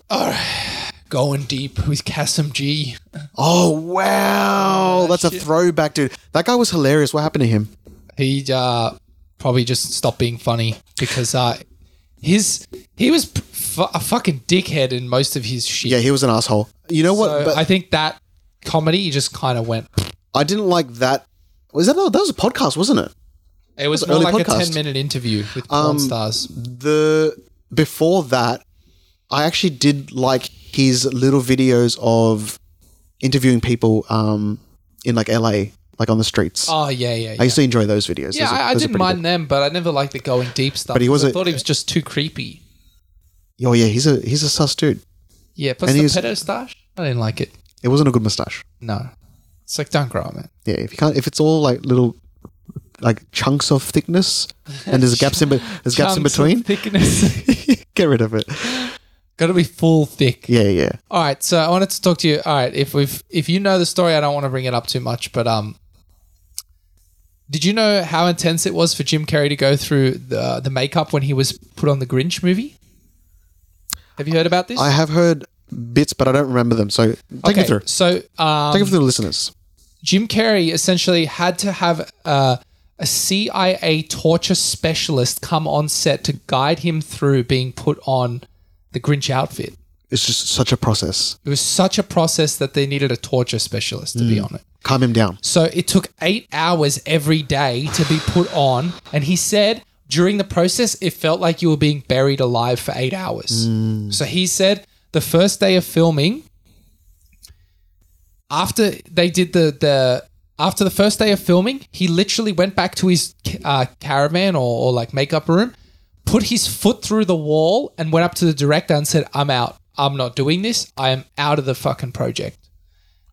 Going deep with Casim G.
Oh
Oh,
wow, that's a throwback, dude. That guy was hilarious. What happened to him?
He uh, probably just stopped being funny because uh, his he was p- fu- a fucking dickhead in most of his shit.
Yeah, he was an asshole. You know what?
So
but
I
I,
think that comedy he just kind of went.
didn't like that. Was that that was a podcast, wasn't it?
It was
That's
more
early
like a
podcast. Um,
10 minute interview with porn stars.
The before that, I actually did like his little videos of interviewing people um, in like LA, like on the streets.
Oh, yeah, yeah,
I
yeah.
used to enjoy those videos.
Yeah,
Those are-
I, I
those are
didn't
pretty
mind them, but I never liked the going deep stuff.
But he
because I
was a-
thought he was just too creepy.
good. Oh yeah, he's a he's a sus dude.
Yeah, plus
And
the
he was-
pedo stash. I didn't like it.
It wasn't a good mustache.
No. It's like, don't grow up, man.
Yeah, if you can't, if it's all like little, like chunks of thickness, and there's gaps in, be- there's gaps in
Chunks of
between,
Thickness.
get rid of it.
Gotta be full thick.
Yeah, yeah.
All right, so I wanted to talk to you. All right, if we've if you know the story, I don't want to bring it up too much, but um, did you know how intense it was for Jim Carrey to go through the the makeup when he was put on the Grinch movie? Have you heard about this?
I have heard bits, but I don't remember them. So take me through. Take
So um,
me through the listeners.
Jim Carrey essentially had to have uh, a CIA torture specialist come on set to guide him through being put on the Grinch outfit.
It's just such a process.
It was such a process that they needed a torture specialist to
Hmm.
be on it.
Calm him down.
So it took eight hours every day to be put on. And he said during the process, it felt like you were
Mm.
being buried alive for eight hours. So he said the first day of filming, after they did the the after the first day of filming, he literally went back to his uh, caravan or, or like makeup room, put his foot through the wall, and went up to the director and said, "I'm out. I'm not doing this. I am out of the fucking project."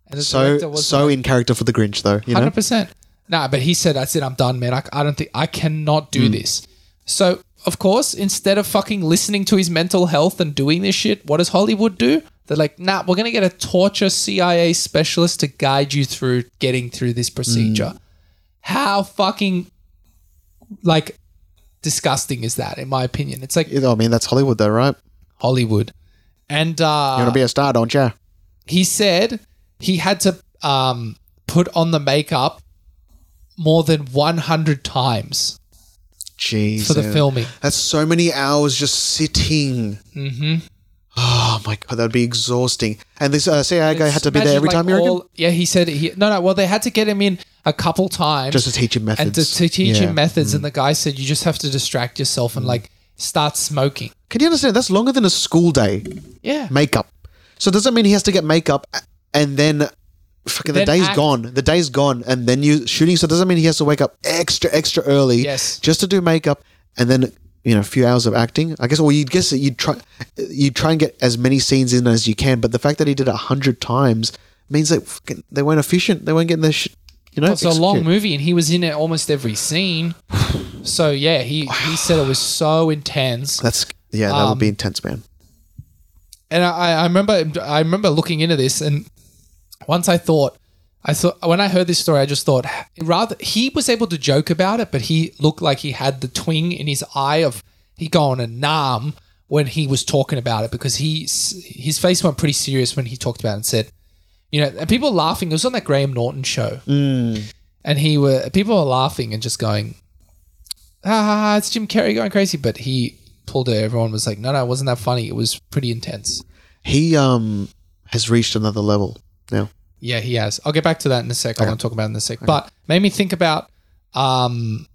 And the
So so in character for the Grinch though, you know.
Hundred percent. Nah, but he said, "That's it. I'm done, man. I, I don't think I cannot
Mm.
do this." So, of course, instead of fucking listening to his mental health and doing this shit, what does Hollywood do? They're like, "Nah, we're gonna get a torture CIA specialist to guide you through getting through this procedure."
Mm.
How fucking like disgusting is that? In my opinion, it's like
You know, I mean that's Hollywood though, right?
Hollywood, and uh,
You want to be a star, don't you?
he said he had to um, put on the makeup more than 100 times
Jeez.
for the
man.
filming.
That's so many hours just sitting. Mm-hmm. Oh my god, that'd be exhausting. And this uh, CIA guy had to be there every
Imagine,
time. You
like,
reckon?
all- Yeah, he said he no, no. Well, they had to get him in a couple times
Just to teach him
and
methods.
to, to teach
Yeah. Mm.
him methods. And the guy said you just have to distract yourself and like start smoking.
Can you understand? That's longer than a school day.
Yeah,
Makeup. So does that mean he has to get makeup a- and then fucking the
Then
day's
act.
gone. The day's gone, and then you shooting. So does that mean he has to wake up extra extra early?
Yes.
Just to do makeup and then. You know, a few hours of acting. I guess, or you'd guess that you'd try, you'd try and get as many scenes in as you can. But the fact that he did it a hundred times means that fucking- they weren't efficient. They weren't getting their shit. You know,
it's a long
executed.
movie, and he was in it almost every scene. So yeah, he he said it was so intense.
That's yeah, that
Um,
would be intense, man.
and I, I remember I remember looking into this, and once I thought, I thought when I heard this story, I just thought rather he was able to joke about it, but he looked like he had the twing in his eye of he going a nam when he was talking about it because he s- his face went pretty serious when he talked about it and said, you know, and people were laughing. It was on that Graham Norton show, mm. and he were people were laughing and just going, ha ha ha, it's Jim Carrey going crazy, but he. Pulled it. Everyone was like, "No, no, it wasn't that funny. It was pretty intense."
He um has reached another level now.
Yeah, he has. I'll get back to that in a sec. I want to talk about it in a sec. But made me think about um,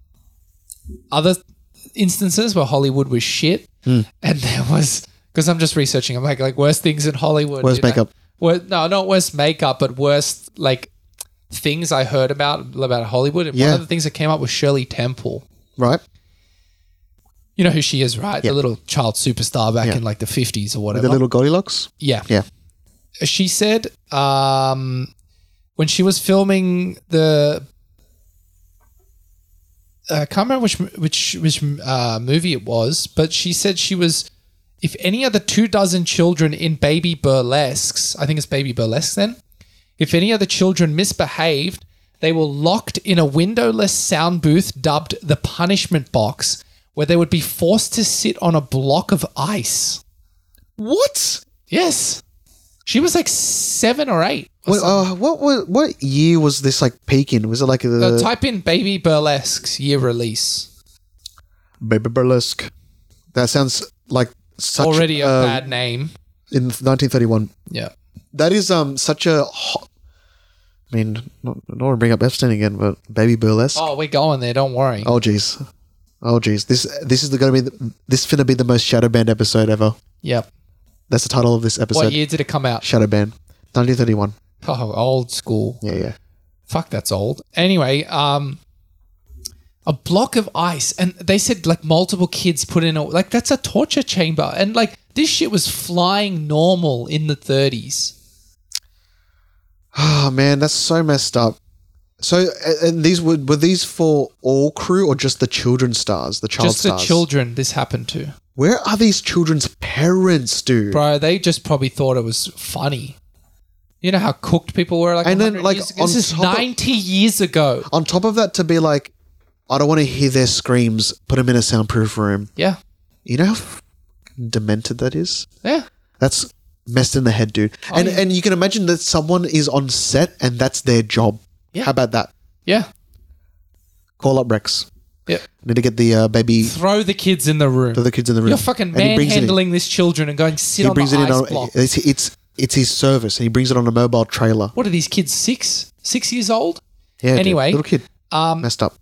other instances where Hollywood was shit,
Hmm.
and there was because I'm just researching. I'm like like worst things in Hollywood.
Worst
you know?
makeup.
Wor- no, not worst makeup, but worst like things I heard about about Hollywood. And one
Yeah.
of the things that came up was Shirley Temple.
Right?
You know who she is, right? The little child superstar back
Yeah.
in like the 50s or
With
whatever.
the little Goldilocks.
yeah.
Yeah.
she said um, when she was filming the uh, I can't remember which which which uh, movie it was, but she said she was if any other two dozen children in baby burlesques, I think it's baby burlesques then, if any other children misbehaved, they were locked in a windowless sound booth dubbed the punishment box, where they would be forced to sit on a block of ice.
What?
Yes. She was like seven or eight. or
What, uh, what was what year was this like peaking? Was it like the
Uh, type in baby burlesques year release.
baby burlesque? That sounds like such
Already a
uh,
bad name.
in 1931.
Yeah.
That is um such a hot. I mean, not, I don't want to bring up Epstein again, but baby burlesque.
Oh, we're going there. Don't worry.
Oh jeez, oh jeez. This this is going to be the, this finna be the most shadow banned episode ever.
Yep.
That's the title of this episode.
What year did it come out?
Shadow banned. 1931.
Oh, old school.
Yeah, yeah.
Fuck, that's old. Anyway, um, a block of ice, and they said like multiple kids put in a like that's a torture chamber, and like this shit was flying normal in the 30s.
Oh man, that's so messed up. So, a- and these were were these for all crew or just the children stars, the child
Just
stars?
the children this happened to,
Where are these children's parents, dude?
bro. They just probably thought it was funny. You know how cooked people were like,
And then,
100
like,
years ago?
on
this is
top of-
90 years ago.
On top of that, to be like, I don't want to hear their screams. Put them in a soundproof room.
Yeah,
You know how f- demented that is.
yeah.
That's messed in the head, dude. and and you can imagine that someone is on set and that's their job.
Yeah.
How about that?
Yeah.
Call up Rex.
Yeah.
Need to get the uh, baby,
Throw the kids in the room.
the kids in the room.
You're fucking
And he brings it in.
manhandling these children and going sit
he
on
brings it
the
in
ice
on
block.
it's, it's it's his service and he brings it on a mobile trailer
What are these kids? Six? Six years old?
yeah dude,
Anyway, um,
little kid messed up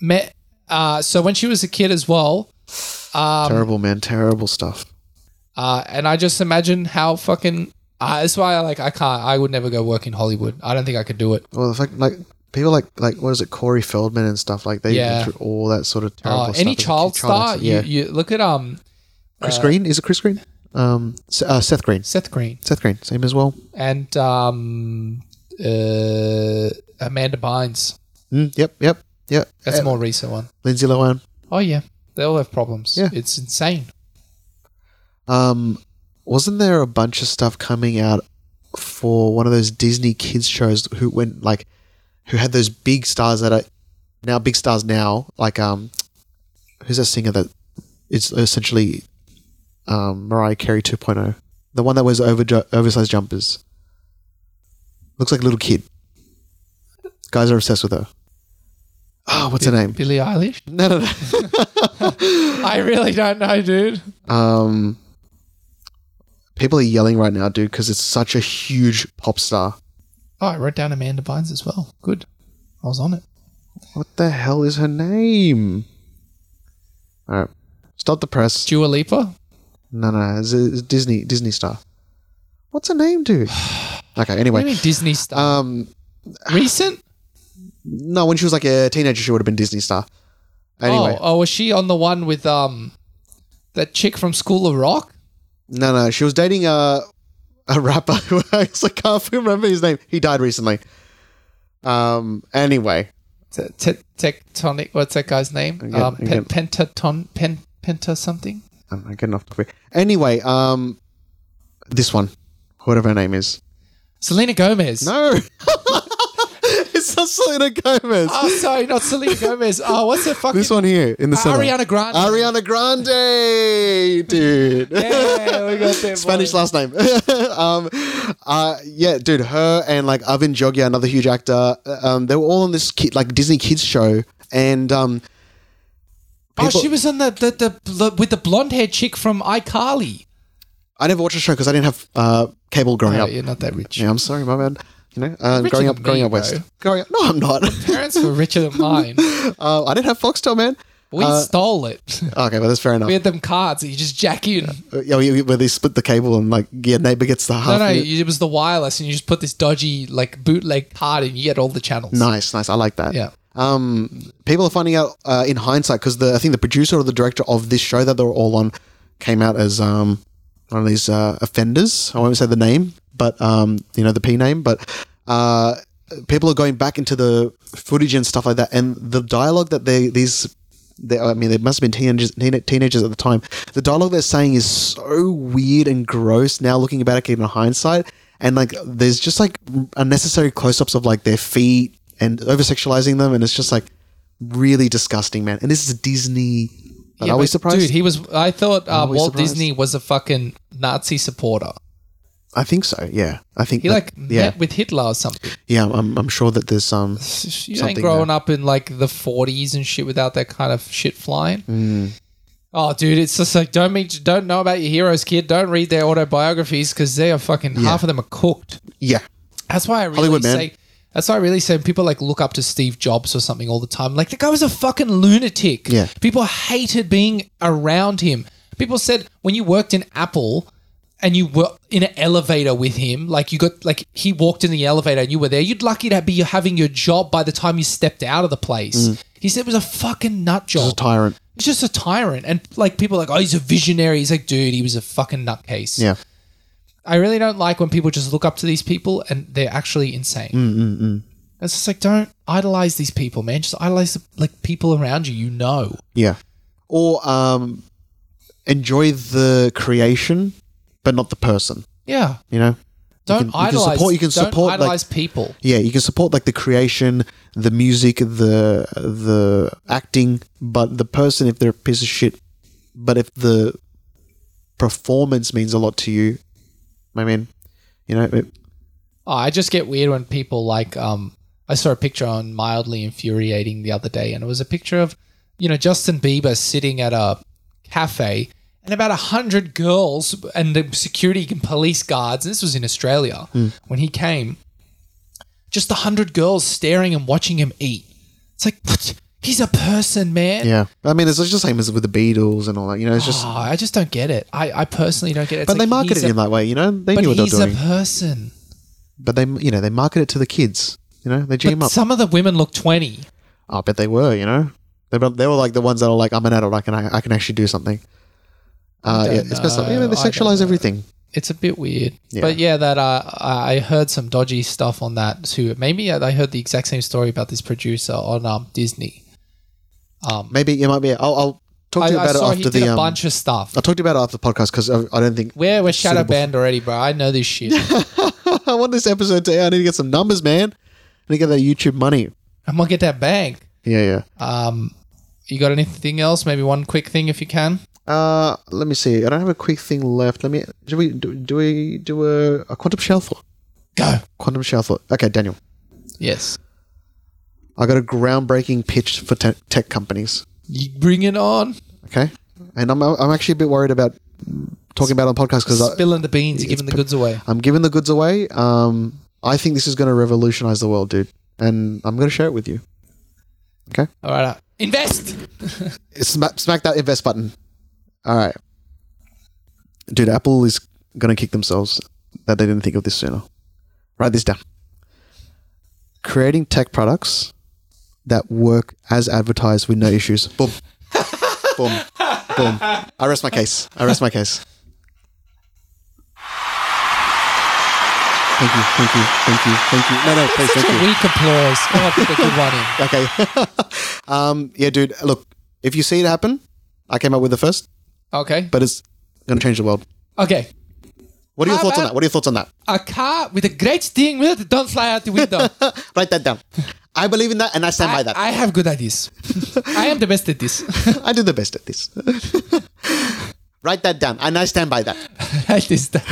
Met, uh, so when she was a kid as well, um,
terrible man terrible stuff
uh, and I just imagine how fucking I, that's why I like I can't. I would never go work in Hollywood. I don't think I could do it.
Well, the fact like people like like what is it, Corey Feldman and stuff like they
Yeah.
yeah. through all that sort of terrible
Uh,
stuff.
any
as a
child
kid- child
star,
actor. yeah.
you, you look at um
Chris Green is it Chris Green? Um, S- uh, Seth Green.
Seth Green
Seth Green, same as well.
and um uh Amanda Bynes.
Mm, yep, yep, yep.
Hmm. That's
Uh,
a more recent one.
Lindsay Lohan.
Oh yeah, they all have problems.
Yeah.
it's insane.
Um, wasn't there a bunch of stuff coming out for one of those Disney kids shows who went like who had those big stars that are now big stars now like um who's that singer that is essentially um Mariah Carey 2.0 the one that wears over oversized jumpers looks like a little kid guys are obsessed with her oh what's her name
Billie Eilish.
no no no
I really don't know, dude.
Um, people are yelling right now, dude, because it's such a huge pop star.
Oh, I wrote down Amanda Bynes as well. Good, I was on it.
What the hell is her name? All right, stop the press.
Dua Lipa.
No, no, it's a it's a Disney Disney star. What's her name, dude? Okay,
What do you
anyway,
mean Disney star?
um,
Recent?
no, when she was like a teenager, she would have been Disney star. Anyway,
Oh, oh, was she on the one with um that chick from School of Rock?
no, no, she was dating a a rapper who I actually can't remember his name. He died recently. Um, anyway,
Te- te- tectonic. What's that guy's name?
Again,
um, pe-
again.
pentaton. Pen- penta something.
I'm not getting off topic. Anyway, um, this one, whatever her name is.
Selena Gomez.
No, it's not Selena Gomez.
Oh, sorry, not Selena Gomez. Oh, what's her fucking?
this one here in the center.
Ariana Grande.
Ariana Grande, dude.
Yeah, we got that
Spanish
one.
last name. um, uh, yeah, dude. Her and like Arvin Jogia, another huge actor. uh, Um, they were all on this kid, like Disney kids show, and um,
Oh,
people-
she was on the the, the the with the blonde hair chick from iCarly.
I never watched the show because I didn't have uh, cable growing
Oh,
up.
you're not that rich.
Yeah, I'm sorry, my bad. You know, uh,
Richer
growing
than
up, growing
me,
up west.
bro.
Growing up, no, I'm not.
Parents were richer than mine.
uh, I didn't have Foxtel, man.
We
Uh,
stole it.
okay, well that's fair enough.
We had them cards that you just jack in.
Uh, Yeah, we- we- where they split the cable and like yeah, neighbor gets the
No,
half.
no,
of it.
it was the wireless, and you just put this dodgy like bootleg card, and you get all the channels.
nice, nice. I like that.
Yeah.
Um, people are finding out uh, in hindsight because the I think the producer or the director of this show that they were all on came out as um one of these uh, offenders. I won't say the name, but um you know the P name, but uh people are going back into the footage and stuff like that, and the dialogue that they these. They, I mean, they must have been teenagers, teen- teenagers at the time. The dialogue they're saying is so weird and gross now, looking back in hindsight. And like, there's just like unnecessary close ups of like their feet and over sexualizing them. And it's just like really disgusting, man. And this is Disney. But
Yeah,
are we
but
surprised?
Dude, he was. I thought uh,
Are we
Walt
surprised?
Disney was a fucking Nazi supporter.
I think so. Yeah. I think
He
that-
like
yeah.
met with Hitler or something.
Yeah. I'm, I'm sure that there's um,
You ain't
Something
growing up in like the forties and shit without that kind of shit flying.
Mm.
Oh, dude, it's just like don't meet, don't know about your heroes, kid. Don't read their autobiographies because they are fucking half of them are cooked.
yeah.
That's why I really
Hollywood, man.
say. That's why I really say people like look up to Steve Jobs or something all the time. Like the guy was a fucking lunatic.
Yeah.
People hated being around him. People said when you worked in Apple and you were in an elevator with him, like you got like he walked in the elevator and you were there, you'd lucky to be having your job by the time you stepped out of the place. He said it was a fucking nut job.
He's Mm. a tyrant.
He's just a tyrant. And like people are like, oh, he's a visionary. He's like, dude, he was a fucking nutcase.
Yeah.
I really don't like when people just look up to these people and they're actually insane. Mm, mm, It's just like don't idolize these people, man. Just idolize the, like people around you. You know,
Yeah. Or um, enjoy the creation, but not the person.
yeah.
You know.
Don't
you can
idolize.
support- you can
don't
support, like-
idolize people.
Yeah, you can support like the creation, the music, the the acting, but the person if they're a piece of shit. But if the performance means a lot to you, I mean, you know, it,
Oh, I just get weird when people like. Um, I saw a picture on mildly infuriating the other day, and it was a picture of, you know, Justin Bieber sitting at a cafe, and about a hundred girls and the security and police guards. And this was in Australia
Hmm.
when he came. Just a hundred girls staring and watching him eat. It's like what? He's a person, man.
Yeah, I mean, it's just the same as with the Beatles and all that. You know, it's just.
Oh, I just don't get it. I, I personally don't get it. It's
but they
like
marketed
he's
him
a-
that way. You know, they
But
knew what they were
he's a
doing.
person.
but they, you know, they market it to the kids. You know, they G him
But
up.
some of the women look 20.
I bet they were. You know, they were, they were like the ones that are like, I'm an adult. I can I, I can actually do something. Uh,
don't
yeah, it's messed up. Yeah,
know,
they
I don't
sexualize
know.
everything.
It's a bit weird.
Yeah.
But yeah, that uh, I I heard some dodgy stuff on that too. Maybe uh, I I heard the exact same story about this producer on um, Disney. Um,
Maybe it might be. I'll, I'll talk to
I,
you
I
about
saw
it
he
after
did
the.
a
Um,
bunch of stuff.
I'll talk to you about it after the podcast because I, I don't think.
We're, we're shadow
suitable.
banned already, bro. I know this shit.
I want this episode to air. I need to get some numbers, man. I need to get that YouTube money.
I'm gonna get that bank.
Yeah, yeah.
Um, you got anything else? Maybe one quick thing if you can.
Uh, let me see. I don't have a quick thing left. Let me. Do we do, do we do a, a quantum shell thought?
Go.
Quantum shell thought. Okay, Daniel.
Yes.
I got a groundbreaking pitch for te- tech companies.
You bring it on.
Okay, and I'm I'm actually a bit worried about talking about it on podcast because
Spilling the beans. You're giving the goods away.
I'm giving the goods away. Um, I think this is going to revolutionize the world, dude, and I'm going to share it with you. Okay,
All right. uh, Invest.
smack, smack that invest button. All right, dude. Apple is going to kick themselves that they didn't think of this sooner. Write this down. Creating tech products that work as advertised with no issues. Boom. Boom. Boom. I rest my case. I rest my case. Thank you. Thank you. Thank you. Thank you. No, no, please,
Such
thank you.
a weak applause. God, put a good one in.
Okay. um, yeah, dude, look, if you see it happen, I came up with the first,
Okay.
but it's going to change the world.
Okay.
What are your
How
thoughts on
about-
that? What are your thoughts on that?
A car with a great steering wheel that don't fly out the window.
Write that down. I believe in that and I stand by
I,
that.
I have good ideas. I am the best at this.
I do the best at this. Write that down, and I stand by that.
at this time.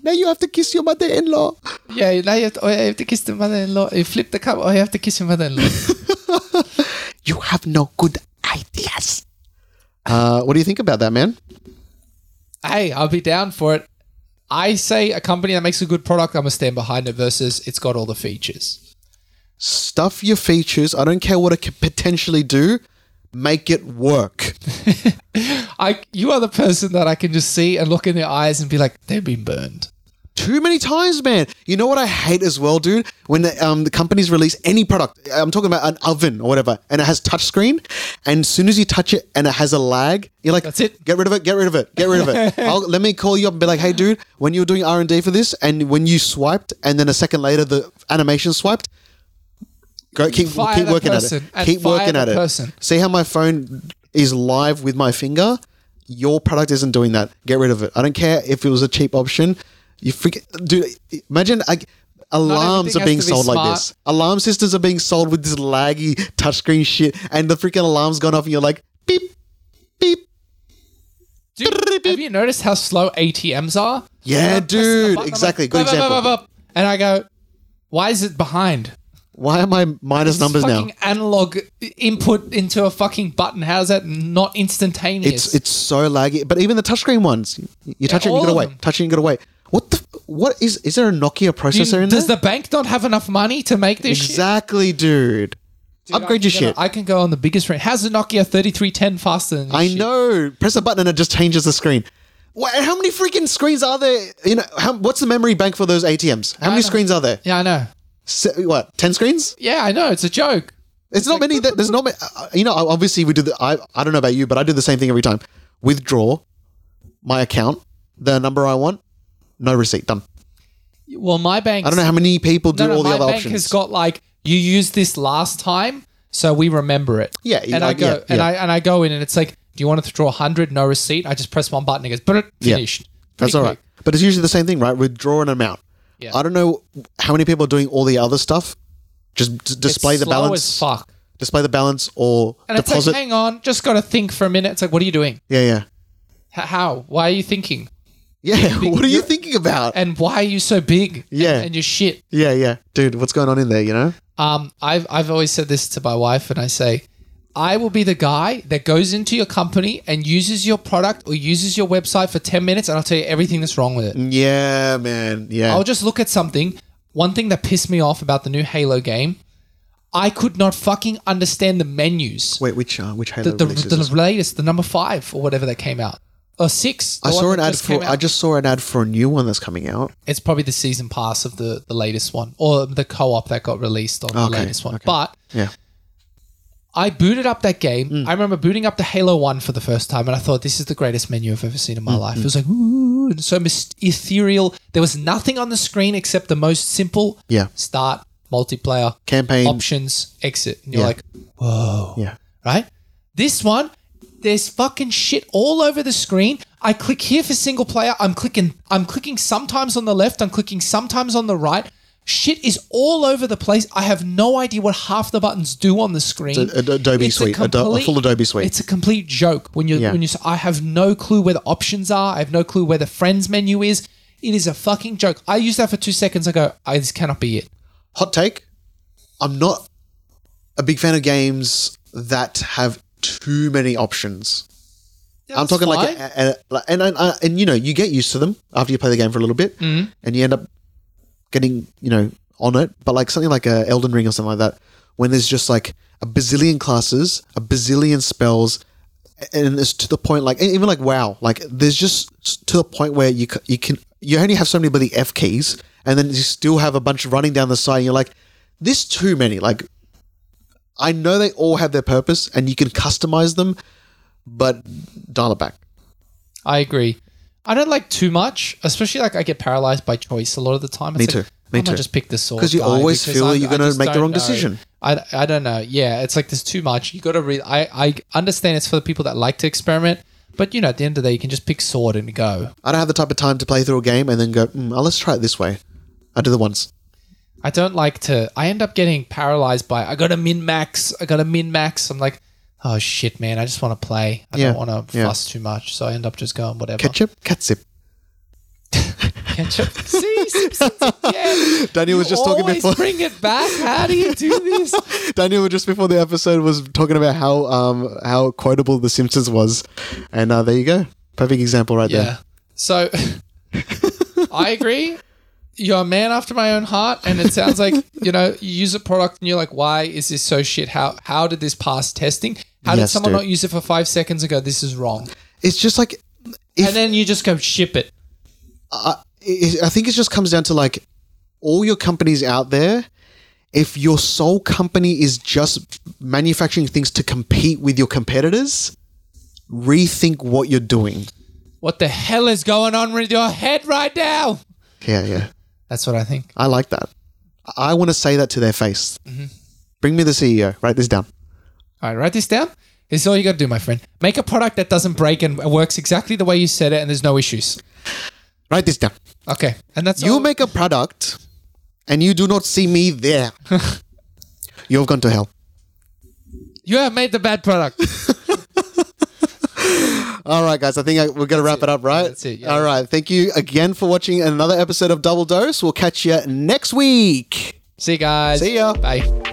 Now you have to kiss your mother-in-law.
Yeah, now you have, to, oh, I have to kiss the mother-in-law. You flip the cup. Oh, you have to kiss your mother-in-law.
You have no good ideas. Uh, what do you think about that, man?
hey, I'll be down for it. I say a company that makes a good product, I'm gonna stand behind it. Versus, it's got all the features.
Stuff your features. I don't care what it could potentially do. Make it work.
I, you are the person that I can just see and look in their eyes and be like, they've been burned.
Too many times, man. You know what I hate as well, dude? When the, um, the companies release any product, I'm talking about an oven or whatever, and it has touchscreen, and as soon as you touch it and it has a lag, you're like,
That's it.
Get rid of it. Get rid of it. Get rid of it. I'll, let me call you up and be like, hey, dude, when you were doing R and D for this, and when you swiped, and then a second later the animation swiped. Go, keep
Fire
keep
that
working at it.
person and
Keep
fire
working at
that
it.
person.
See how my phone is live with my finger? Your product isn't doing that. Get rid of it. I don't care if it was a cheap option. You freak, dude. Imagine like, alarms
everything
are
has
being
to be
sold like
smart.
this. Alarm systems are being sold with this laggy touchscreen shit, and the freaking alarm's gone off, and you're like, beep, beep.
Dude, have you noticed how slow ATMs are?
Yeah,
I'm pressing the
dude.
button, I'm
Exactly.
like,
Good
"Bup, bup,
example.
bup, bup." And I go, why is it behind?
Why am I minus numbers now?
fucking analog input into a fucking button. How's that not instantaneous?
It's it's so laggy. But even the touchscreen ones, you touch it, and
all
you get
of
away.
them.
Touch it, and you get away. What the? f- What is? Is there a Nokia
Do you-
processor in there?
does the bank not have enough money to make this shit?
Exactly, dude. Upgrade your
You know,
shit.
I can go on the biggest rant. How's the Nokia 3310 faster than this
I
shit?
know. Press a button and it just changes the screen. Wha how many freaking screens are there? You know, how, what's the memory bank for those ATMs? How many
know.
screens are there?
Yeah, I know.
Se- what, ten screens?
Yeah, I know. It's a joke.
It's not many. That, there's not many. Uh, you know, obviously we do the. I I don't know about you, but I do the same thing every time. Withdraw my account, the number I want, no receipt. Done.
Well, my bank.
I don't know how many people do
no, no,
all the
my
other
bank
options.
has got like you used this last time, so we remember it.
Yeah,
and I
like,
go
yeah,
and
yeah.
I and I go in and it's like, do you want to withdraw hundred? No receipt. I just press one button. It goes, but finished.
That's
Pretty
all right.
quick.
But it's usually the same thing, right? Withdraw an amount.
Yeah.
I don't know how many people are doing all the other stuff. Just d-
It's
display the
slow
balance.
As fuck.
Display the balance or
And it's
deposit.
like, hang on, just got to think for a minute. It's like, what are you doing?
yeah, yeah.
H- how? Why are you thinking?
Yeah, what are you thinking about?
And why are you so big? And-
Yeah.
And, your shit.
yeah, yeah. Dude, what's going on in there, you know?
Um, I've I've always said this to my wife, and I say, I will be the guy that goes into your company and uses your product or uses your website for ten minutes, and I'll tell you everything that's wrong with it.
Yeah, man. Yeah.
I'll just look at something. One thing that pissed me off about the new Halo game, I could not fucking understand the menus.
Wait, which uh, which Halo
the, the,
release is
the
this?
latest, the number five or whatever that came out. Or six. the
I
one
saw
that
an ad
came
for.
out.
I just saw an ad for a new one that's coming out.
it's probably the season pass of the, the latest one or the co op that got released on the
Okay,
latest one.
okay.
But
Yeah.
I booted up that game.
Mm.
I remember booting up the Halo 1 for the first time and I thought, this is the greatest menu I've ever seen in my
Mm,
life. It was like, ooh, and so myst- ethereal. There was nothing on the screen except the most simple
Yeah.
start, multiplayer,
Campaign.
options, exit. And you're
Yeah.
like, whoa
Yeah.
right? This one, there's fucking shit all over the screen. I click here for single player. I'm clicking. I'm clicking sometimes on the left. I'm clicking sometimes on the right. Shit is all over the place. I have no idea what half the buttons do on the screen.
It's a- Ad- Adobe Suite, Ado- a full Adobe Suite.
It's a complete joke when you
Yeah.
when you. s- I have no clue where the options are. I have no clue where the friends menu is. It is a fucking joke. I use that for two seconds. I go, I, this cannot be it.
Hot take. I'm not a big fan of games that have too many options. I'm talking like,
Fine.
a, a, a- and and, uh, and you know, you get used to them after you play the game for a little bit, and you end up getting you know on it. But like something like a Elden Ring or something like that, when there's just like a bazillion classes, a bazillion spells, and it's to the point like and even like WoW, like there's just s- to the point where you c- you can you only have so many bloody F keys, and then you still have a bunch running down the side. and You're like, this too many. Like, I know they all have their purpose, and you can customize them, but dial it back.
I agree. I don't like too much, especially like I get paralyzed by choice a lot of the time. It's
Me
like,
too. Me
I'm
too.
gonna Just pick the sword
'Cause you
guy
always
because
feel
I'm-
you're
I
gonna
just
make the
don't
wrong
know.
decision.
I, I don't know. Yeah, it's like there's too much. You got to read. I I understand it's for the people that like to experiment, but you know at the end of the day you can just pick sword and go.
I don't have the type of time to play through a game and then go, mm, oh, let's try it this way. I did it once.
I don't like to. I end up getting paralyzed by I got a min max. I got a min max. I'm like, oh shit, man. I just want to play. I
Yeah.
don't want to
Yeah.
fuss too much. So I end up just going whatever.
Ketchup, catsup.
Ketchup. See, Simpsons again.
Daniel was
You
just talking
always
before-
Bring it back. How do you do this?
Daniel, just before the episode, was talking about how um, how quotable The Simpsons was. And uh, there you go. Perfect example right
Yeah.
there.
So I agree. You're a man after my own heart, and it sounds like you know you use a product, and you're like, "Why is this so shit? How how did this pass testing? How did
Yes,
someone
dude.
not use it for five seconds and go, this is wrong?"
It's just like,
and then you just go ship it.
it, I think it just comes down to like all your companies out there. If your sole company is just manufacturing things to compete with your competitors, rethink what you're doing.
What the hell is going on with your head right now?
Yeah, yeah.
That's what I think.
I like that. I want to say that to their face.
Mm-hmm.
Bring me the CEO. Write this down.
All right, write this down. This is all you got to do, my friend. Make a product that doesn't break and works exactly the way you said it, and there's no issues.
Write this down.
Okay, and that's
you
all.
make a product and you do not see me there. You've gone to hell.
you have made the bad product.
All right, guys. I think I, we're going to wrap it. up, right?
That's it, yeah.
All right. Thank you again for watching another episode of Double Dose. We'll catch you next week.
See you guys.
See ya.
Bye.